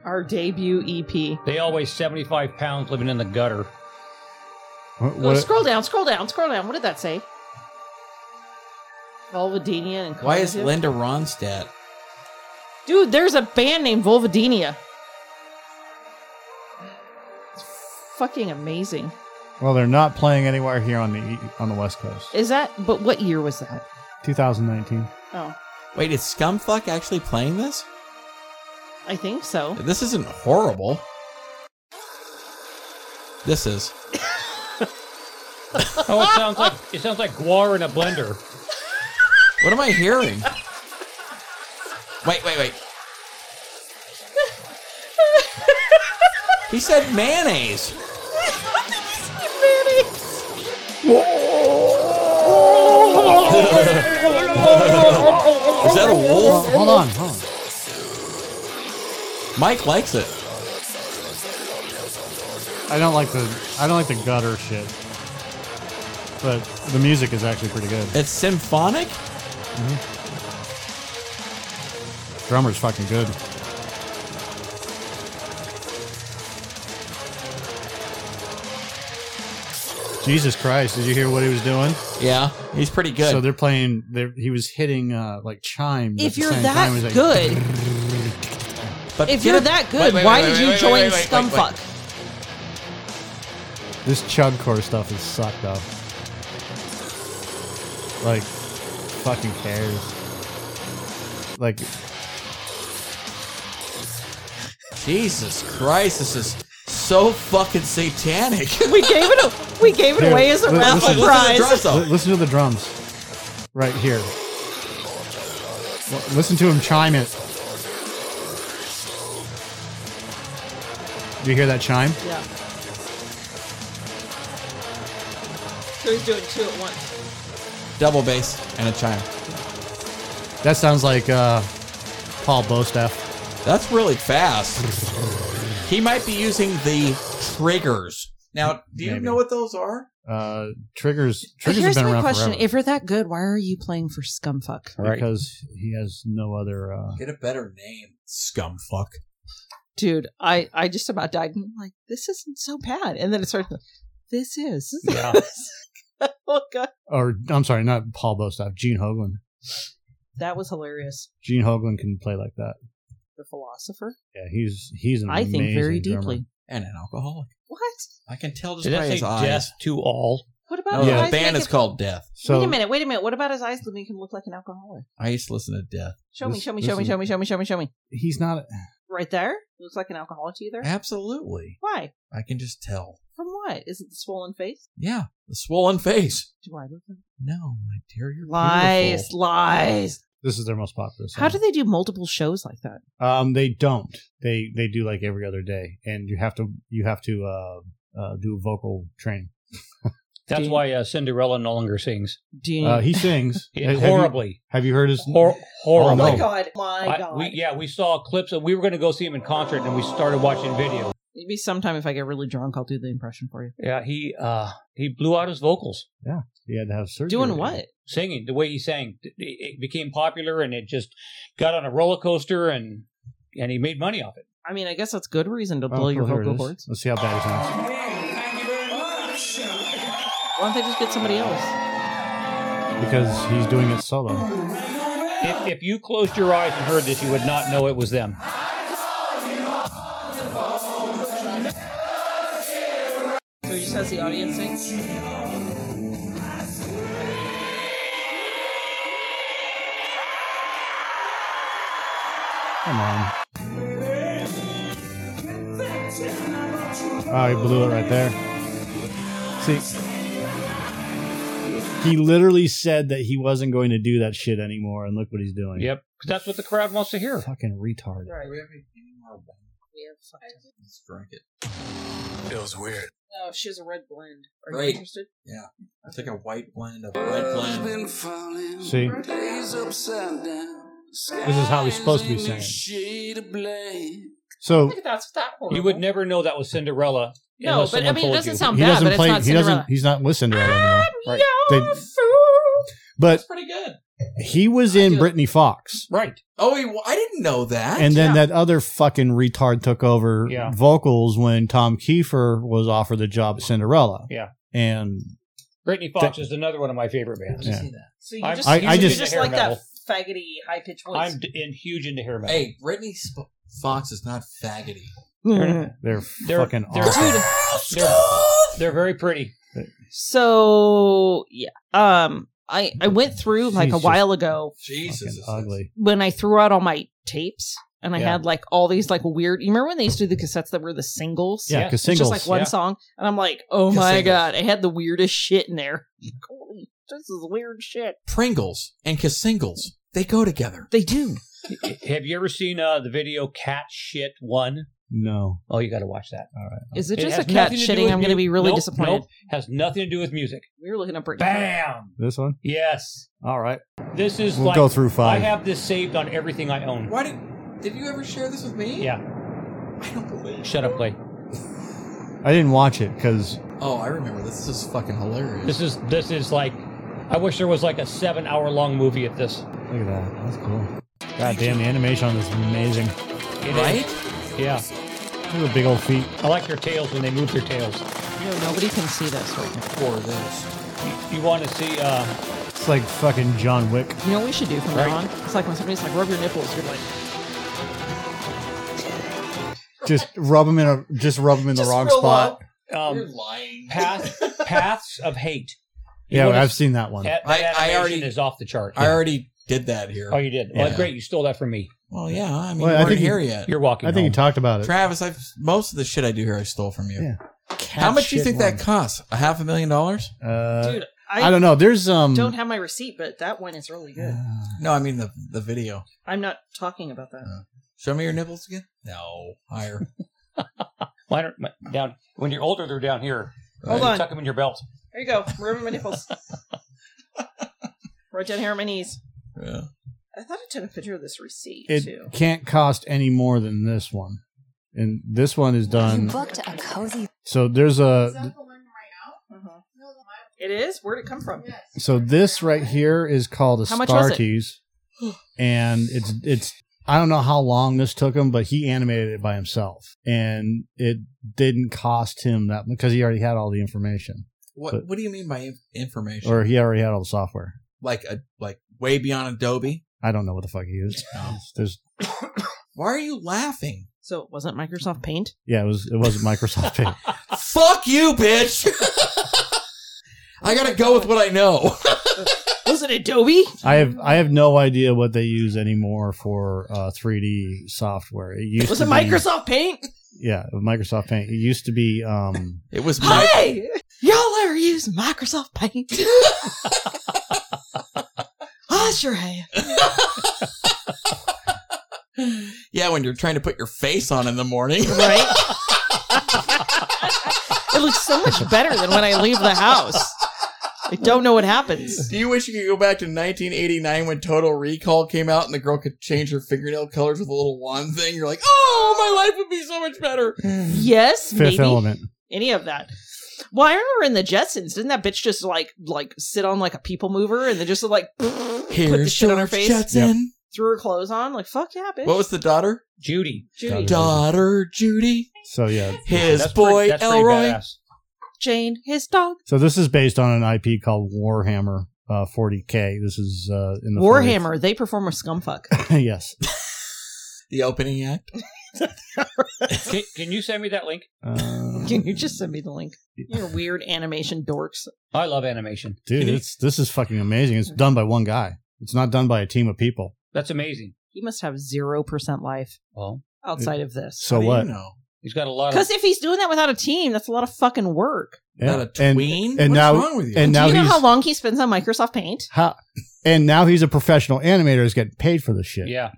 [SPEAKER 4] Our debut E EP.
[SPEAKER 7] They all weigh 75 pounds living in the gutter.
[SPEAKER 1] What,
[SPEAKER 4] Go,
[SPEAKER 1] what,
[SPEAKER 4] scroll down, scroll down, scroll down. What did that say? Volvadinia and
[SPEAKER 5] Why is
[SPEAKER 4] Cognitive-
[SPEAKER 5] Linda Ronstadt?
[SPEAKER 4] Dude, there's a band named Volvadinia. It's fucking amazing.
[SPEAKER 1] well, they're not playing anywhere here on the E, on the West Coast.
[SPEAKER 4] Is that? But what year was that?
[SPEAKER 1] 2019.
[SPEAKER 4] Oh,
[SPEAKER 5] Wait, is Scumfuck actually playing this?
[SPEAKER 4] I think so.
[SPEAKER 5] This isn't horrible. This is.
[SPEAKER 7] Oh, it sounds like it sounds like guar in a blender.
[SPEAKER 5] What am I hearing? wait, wait, wait. He said mayonnaise.
[SPEAKER 4] Mayonnaise.
[SPEAKER 5] Is that a wolf?
[SPEAKER 1] Hold on, hold on.
[SPEAKER 5] Mike likes it.
[SPEAKER 1] I don't like the I don't like the gutter shit. But the music is actually pretty good.
[SPEAKER 5] It's symphonic.
[SPEAKER 1] Drummer's fucking good. Jesus Christ, did you hear what he was doing?
[SPEAKER 5] Yeah, he's pretty good.
[SPEAKER 1] So they're playing they're, he was hitting uh like chimes. at
[SPEAKER 4] If
[SPEAKER 1] the
[SPEAKER 4] you're
[SPEAKER 1] same time. He was like,
[SPEAKER 4] that good,
[SPEAKER 5] but
[SPEAKER 4] if
[SPEAKER 5] get
[SPEAKER 4] you're
[SPEAKER 5] a-
[SPEAKER 4] that
[SPEAKER 5] wait,
[SPEAKER 4] good,
[SPEAKER 5] wait,
[SPEAKER 4] why
[SPEAKER 5] wait,
[SPEAKER 4] did
[SPEAKER 5] wait,
[SPEAKER 4] you
[SPEAKER 5] wait,
[SPEAKER 4] join
[SPEAKER 5] wait, wait, wait,
[SPEAKER 4] Scumfuck?
[SPEAKER 1] This chugcore stuff is sucked up. Like, fucking cares. Like,
[SPEAKER 5] wait. Jesus Christ, this is so fucking satanic.
[SPEAKER 4] We gave it a, we gave it
[SPEAKER 1] Dude,
[SPEAKER 4] away as a
[SPEAKER 1] li-
[SPEAKER 4] raffle
[SPEAKER 1] listen-
[SPEAKER 5] Listen to the
[SPEAKER 4] prize.
[SPEAKER 5] drum
[SPEAKER 1] li-
[SPEAKER 5] solo.
[SPEAKER 1] listen to the drums right here. L- Listen to him chime it. Do you hear that chime?
[SPEAKER 4] Yeah. So he's doing two at once.
[SPEAKER 5] Double bass and a chime.
[SPEAKER 1] That sounds like uh, Paul Bostaff.
[SPEAKER 5] That's really fast. He might be using the triggers. Now, do you
[SPEAKER 1] Maybe.
[SPEAKER 5] know what those are?
[SPEAKER 1] Uh, triggers. Triggers
[SPEAKER 4] Here's
[SPEAKER 1] have been
[SPEAKER 4] my
[SPEAKER 1] around
[SPEAKER 4] question:
[SPEAKER 1] forever
[SPEAKER 4] If you're that good, why are you playing for Scumfuck?
[SPEAKER 7] Right.
[SPEAKER 1] because he has no other. Uh,
[SPEAKER 5] Get a better name, scumfuck.
[SPEAKER 4] Dude, I I just about died. And I'm like, this isn't so bad. And then it started. This is.
[SPEAKER 7] Yeah.
[SPEAKER 4] oh god,
[SPEAKER 1] or I'm sorry, not Paul Bostaff. Gene Hoglan.
[SPEAKER 4] that was hilarious.
[SPEAKER 1] Gene Hoglan can play like that.
[SPEAKER 4] The philosopher.
[SPEAKER 1] Yeah, he's he's an
[SPEAKER 4] I think very
[SPEAKER 1] amazing drummer.
[SPEAKER 4] deeply.
[SPEAKER 5] And an alcoholic.
[SPEAKER 4] What?
[SPEAKER 5] I can tell just
[SPEAKER 7] Did that
[SPEAKER 5] by
[SPEAKER 7] say
[SPEAKER 5] his eyes.
[SPEAKER 7] death to all?
[SPEAKER 4] What
[SPEAKER 5] No,
[SPEAKER 4] about?
[SPEAKER 1] Oh, Yeah.
[SPEAKER 4] his
[SPEAKER 5] the
[SPEAKER 4] eyes
[SPEAKER 5] band
[SPEAKER 4] make
[SPEAKER 5] is
[SPEAKER 4] him-
[SPEAKER 5] called Death.
[SPEAKER 1] So
[SPEAKER 4] wait a minute. Wait a minute. What about his eyes that make him look like an alcoholic?
[SPEAKER 5] I used to listen to Death.
[SPEAKER 4] Show me.
[SPEAKER 5] This-
[SPEAKER 4] Show me.
[SPEAKER 5] this
[SPEAKER 4] Show me.
[SPEAKER 5] is-
[SPEAKER 4] Show me. Show me. Show me. Show me.
[SPEAKER 1] he's not.
[SPEAKER 4] Right there. He looks like an alcoholic to you there.
[SPEAKER 5] Absolutely.
[SPEAKER 4] Why?
[SPEAKER 5] I can just tell.
[SPEAKER 4] From what? Is it the swollen face?
[SPEAKER 5] Yeah, the swollen face.
[SPEAKER 4] Do I look like
[SPEAKER 5] No, my dear, you're
[SPEAKER 4] Lies,
[SPEAKER 5] beautiful.
[SPEAKER 4] lies.
[SPEAKER 1] This is their most popular. Song.
[SPEAKER 4] How do they do multiple shows like that?
[SPEAKER 1] Um, they don't. They they do like every other day, and you have to you have to uh, uh do vocal training.
[SPEAKER 7] That's
[SPEAKER 4] Dude.
[SPEAKER 7] why uh, Cinderella no longer sings
[SPEAKER 4] Do you
[SPEAKER 1] Uh, he sings
[SPEAKER 7] Yeah,
[SPEAKER 1] Have you-
[SPEAKER 7] horribly.
[SPEAKER 1] Have you heard his?
[SPEAKER 7] Hor-
[SPEAKER 1] Oh
[SPEAKER 7] horribly.
[SPEAKER 1] my God.
[SPEAKER 4] my
[SPEAKER 7] I, we, yeah, we saw clips and we were going to go see him in concert, and we started watching video.
[SPEAKER 4] Maybe sometime if I get really drunk, I'll do the impression for you.
[SPEAKER 7] Yeah, he uh he blew out his vocals
[SPEAKER 1] He had to have surgery.
[SPEAKER 4] Doing what?
[SPEAKER 7] singing the way he sang. It, it became popular, and it just got on a roller coaster, and and he made money off it.
[SPEAKER 4] I mean, I guess that's good reason to
[SPEAKER 1] Oh,
[SPEAKER 4] blow your
[SPEAKER 1] cool, here it
[SPEAKER 4] vocal
[SPEAKER 1] is.
[SPEAKER 4] cords.
[SPEAKER 1] Let's see how bad it sounds.
[SPEAKER 4] Why don't they just get somebody else?
[SPEAKER 1] Because he's doing it solo.
[SPEAKER 7] If, if you closed your eyes and heard this, you would not know it was them.
[SPEAKER 4] So he just has the audience sing.
[SPEAKER 1] Come on. Oh, he blew it right there. See, he literally said that he wasn't going to do that shit anymore, and look what he's doing.
[SPEAKER 7] Yep, 'cause that's what the crowd wants to hear.
[SPEAKER 1] Fucking retard.
[SPEAKER 4] Right.
[SPEAKER 5] Do we have any more wine? Let's drink it.
[SPEAKER 6] Feels weird.
[SPEAKER 4] Oh, she has a red blend. Are
[SPEAKER 5] Right.
[SPEAKER 4] you interested?
[SPEAKER 5] I think a white blend of red blend.
[SPEAKER 1] See, this is how he's supposed to be saying. So
[SPEAKER 4] Look at that's that horrible.
[SPEAKER 7] You would never know that was Cinderella.
[SPEAKER 4] No,
[SPEAKER 7] unless
[SPEAKER 4] but I
[SPEAKER 7] someone
[SPEAKER 4] mean, it
[SPEAKER 7] told
[SPEAKER 4] doesn't
[SPEAKER 7] you.
[SPEAKER 4] sound
[SPEAKER 1] he
[SPEAKER 4] bad, but
[SPEAKER 1] doesn't
[SPEAKER 4] it's
[SPEAKER 1] play.
[SPEAKER 4] not
[SPEAKER 1] He
[SPEAKER 4] Cinderella.
[SPEAKER 1] doesn't. He's not with Cinderella anymore.
[SPEAKER 4] I'm
[SPEAKER 1] They-
[SPEAKER 4] your fool.
[SPEAKER 1] But
[SPEAKER 5] pretty good.
[SPEAKER 1] he was in Britney Fox,
[SPEAKER 7] right.
[SPEAKER 5] Oh, he, I didn't know that.
[SPEAKER 1] and then
[SPEAKER 4] Yeah.
[SPEAKER 1] that other fucking retard took over
[SPEAKER 7] Yeah.
[SPEAKER 1] vocals when Tom Kiefer was offered the job at Cinderella.
[SPEAKER 7] Yeah.
[SPEAKER 1] and
[SPEAKER 7] Britney Fox is another one of my favorite bands.
[SPEAKER 1] Yeah.
[SPEAKER 4] So you
[SPEAKER 7] I'm-
[SPEAKER 4] just,
[SPEAKER 1] I-
[SPEAKER 4] you
[SPEAKER 1] I
[SPEAKER 4] just,
[SPEAKER 1] just-
[SPEAKER 4] you just
[SPEAKER 7] hair
[SPEAKER 4] like
[SPEAKER 7] metal.
[SPEAKER 4] that faggoty, high pitched voice.
[SPEAKER 7] I'm d- in huge into hair metal.
[SPEAKER 5] Hey, Brittany Sp- Fox is not faggoty.
[SPEAKER 4] Mm.
[SPEAKER 1] they're,
[SPEAKER 7] They're-
[SPEAKER 1] fucking
[SPEAKER 7] they're-
[SPEAKER 1] awesome.
[SPEAKER 5] Oh,
[SPEAKER 7] They're, they're very pretty.
[SPEAKER 4] So yeah, um, I I went through like
[SPEAKER 1] She's
[SPEAKER 4] a
[SPEAKER 1] just-
[SPEAKER 4] while ago
[SPEAKER 5] Jesus,
[SPEAKER 1] fucking ugly.
[SPEAKER 4] when I threw out all my tapes and I
[SPEAKER 1] Yeah.
[SPEAKER 4] had like all these like weird. You remember when they used to do the cassettes that were the singles?
[SPEAKER 1] Yeah,
[SPEAKER 7] Yeah.
[SPEAKER 1] because
[SPEAKER 4] It's
[SPEAKER 1] singles.
[SPEAKER 4] just like one
[SPEAKER 7] yeah.
[SPEAKER 4] song, and I'm like, oh
[SPEAKER 5] The
[SPEAKER 4] my
[SPEAKER 5] singles.
[SPEAKER 4] god, I had the weirdest shit in there. Holy, this is weird shit.
[SPEAKER 5] Pringles and Kissingles, they go together.
[SPEAKER 4] They do.
[SPEAKER 7] Have you ever seen uh, the video Cat Shit One?
[SPEAKER 1] No.
[SPEAKER 7] Oh, you got to watch that. All right.
[SPEAKER 4] Is it just
[SPEAKER 7] has
[SPEAKER 4] a cat
[SPEAKER 7] nothing to do
[SPEAKER 4] shitting?
[SPEAKER 7] with
[SPEAKER 4] I'm going to
[SPEAKER 7] mu-
[SPEAKER 4] be really
[SPEAKER 7] Nope,
[SPEAKER 4] disappointed.
[SPEAKER 7] Nope, has nothing to do with music.
[SPEAKER 4] We were looking up Britney.
[SPEAKER 7] Bam.
[SPEAKER 1] This one?
[SPEAKER 7] Yes.
[SPEAKER 1] All right.
[SPEAKER 7] This is
[SPEAKER 1] We'll
[SPEAKER 7] like
[SPEAKER 1] go through five.
[SPEAKER 7] I have this saved on everything I own.
[SPEAKER 5] Why did did you ever share this with me?
[SPEAKER 7] Yeah.
[SPEAKER 5] I don't believe.
[SPEAKER 7] Shut up, play.
[SPEAKER 1] I didn't watch it because
[SPEAKER 5] Oh, I remember this. This is fucking hilarious.
[SPEAKER 7] This is this is like. I wish there was like a seven-hour-long movie at this.
[SPEAKER 1] look at that. That's cool. God damn, the animation on this is amazing.
[SPEAKER 7] It is-
[SPEAKER 5] right?
[SPEAKER 7] Yeah.
[SPEAKER 1] Look at the big old feet.
[SPEAKER 7] I like their tails when they move their tails.
[SPEAKER 4] No, nobody can see this right now.
[SPEAKER 5] For this.
[SPEAKER 7] You, you want to see? Uh,
[SPEAKER 1] It's like fucking John Wick.
[SPEAKER 4] You know what we should do from
[SPEAKER 7] Right.
[SPEAKER 4] now on? It's like when somebody's like, rub your nipples. You're like,
[SPEAKER 1] Just rub them in a just rub them in the wrong spot.
[SPEAKER 7] um,
[SPEAKER 5] lying.
[SPEAKER 7] path, paths of hate. You
[SPEAKER 1] Yeah,
[SPEAKER 7] wanna-
[SPEAKER 1] I've seen that one.
[SPEAKER 7] That,
[SPEAKER 5] I-
[SPEAKER 7] that
[SPEAKER 5] I
[SPEAKER 7] animation
[SPEAKER 5] already-
[SPEAKER 7] is off the chart.
[SPEAKER 5] I already did that here.
[SPEAKER 7] oh, you did.
[SPEAKER 5] Yeah.
[SPEAKER 7] Well, great. You stole that from me.
[SPEAKER 5] Well, yeah. I mean,
[SPEAKER 1] Well, I
[SPEAKER 5] I
[SPEAKER 1] think
[SPEAKER 5] think
[SPEAKER 1] you-
[SPEAKER 5] here yet.
[SPEAKER 7] You're walking.
[SPEAKER 1] I think you
[SPEAKER 7] home.
[SPEAKER 1] talked about it.
[SPEAKER 5] Travis, I've most of the shit I do here I stole from you.
[SPEAKER 1] Yeah.
[SPEAKER 5] How much do you think that costs? A half a million dollars?
[SPEAKER 1] Uh,
[SPEAKER 4] dude, I,
[SPEAKER 1] I don't know. There's um.
[SPEAKER 4] don't have my receipt, but that one is really good.
[SPEAKER 5] No, I mean the the video.
[SPEAKER 4] I'm not talking about that.
[SPEAKER 5] Show me your nipples again. No, higher.
[SPEAKER 7] Mine are- my- down when you're older. They're down here.
[SPEAKER 4] Hold
[SPEAKER 7] You
[SPEAKER 4] on.
[SPEAKER 7] Tuck them in your belt.
[SPEAKER 4] There you go. Rubbing my nipples. right down here on my knees.
[SPEAKER 5] Yeah.
[SPEAKER 4] I thought I took a picture of this receipt
[SPEAKER 1] it
[SPEAKER 4] too.
[SPEAKER 1] can't cost any more than this one, and this one is done.
[SPEAKER 10] booked a cozy
[SPEAKER 1] So there's a
[SPEAKER 4] Uh-huh. It is. Where'd it come from?
[SPEAKER 1] so this right here is called
[SPEAKER 4] How much was it?
[SPEAKER 1] Astartes, and it's it's I don't know how long this took him, but he animated it by himself, and it didn't cost him that because he already had all the information,
[SPEAKER 5] What
[SPEAKER 1] But-
[SPEAKER 5] What do you mean by in- information?
[SPEAKER 1] or he already had all the software.
[SPEAKER 5] like a like way beyond Adobe?
[SPEAKER 1] I don't know what the fuck he is. There's
[SPEAKER 5] Why are you laughing?
[SPEAKER 4] So it wasn't Microsoft Paint.
[SPEAKER 1] yeah, it was it wasn't Microsoft Paint.
[SPEAKER 5] Fuck you, bitch. I gotta go with what I know.
[SPEAKER 4] Was it Adobe?
[SPEAKER 1] I have I have no idea what they use anymore for uh, 3D software. It used
[SPEAKER 4] Was
[SPEAKER 1] to
[SPEAKER 4] it
[SPEAKER 1] be-
[SPEAKER 4] Microsoft Paint?
[SPEAKER 1] Yeah, Microsoft Paint. It used to be. Um,
[SPEAKER 5] It was my
[SPEAKER 4] Hi, y'all ever use Microsoft Paint? I sure have.
[SPEAKER 5] yeah when you're trying to put your face on in the morning.
[SPEAKER 4] Right? it looks so much better than when I leave the house. I don't know what happens.
[SPEAKER 5] Do you wish you could go back to 1989 when Total Recall came out and the girl could change her fingernail colors with a little wand thing? You're like, oh, my life would be so much better.
[SPEAKER 4] Yes,
[SPEAKER 1] Fifth
[SPEAKER 4] maybe
[SPEAKER 1] Element.
[SPEAKER 4] any of that. Well, I remember in the Jetsons, didn't that bitch just like like sit on like a people mover and then just like put the shit on her
[SPEAKER 5] George
[SPEAKER 4] face,
[SPEAKER 5] Jetson.
[SPEAKER 4] threw her clothes on? Like fuck yeah, bitch.
[SPEAKER 5] What was the daughter?
[SPEAKER 7] Judy.
[SPEAKER 4] Judy,
[SPEAKER 1] Duh.
[SPEAKER 5] Daughter Judy.
[SPEAKER 1] So yeah.
[SPEAKER 5] His
[SPEAKER 7] That's
[SPEAKER 5] boy
[SPEAKER 7] pretty- that's pretty
[SPEAKER 5] Elroy.
[SPEAKER 7] badass.
[SPEAKER 4] Jane, his dog,
[SPEAKER 1] So this is based on an IP called Warhammer uh, 40k. This is uh, in the
[SPEAKER 4] Warhammer. They perform a scumfuck.
[SPEAKER 1] 40th. yes.
[SPEAKER 5] the opening act.
[SPEAKER 7] can, can you send me that link?
[SPEAKER 1] Um,
[SPEAKER 4] Can you just send me the link? You're weird animation dorks.
[SPEAKER 7] I love animation.
[SPEAKER 1] dude? It's this is fucking amazing. It's done by one guy. It's not done by a team of people.
[SPEAKER 7] That's amazing.
[SPEAKER 4] He must have zero percent life
[SPEAKER 7] Well,
[SPEAKER 4] outside of this.
[SPEAKER 1] So
[SPEAKER 5] How do
[SPEAKER 1] what?
[SPEAKER 5] You know?
[SPEAKER 7] he's got a lot of.
[SPEAKER 4] Because if he's doing that without a team, that's a lot of fucking work.
[SPEAKER 1] Yeah.
[SPEAKER 5] Not a
[SPEAKER 1] And-
[SPEAKER 5] tween?
[SPEAKER 1] and
[SPEAKER 5] What's
[SPEAKER 1] now-
[SPEAKER 5] wrong with you?
[SPEAKER 1] and now
[SPEAKER 4] Do you know
[SPEAKER 1] he's
[SPEAKER 4] how long he spends on Microsoft Paint?
[SPEAKER 1] how- and now he's a professional animator. He's getting paid for this shit.
[SPEAKER 7] Yeah.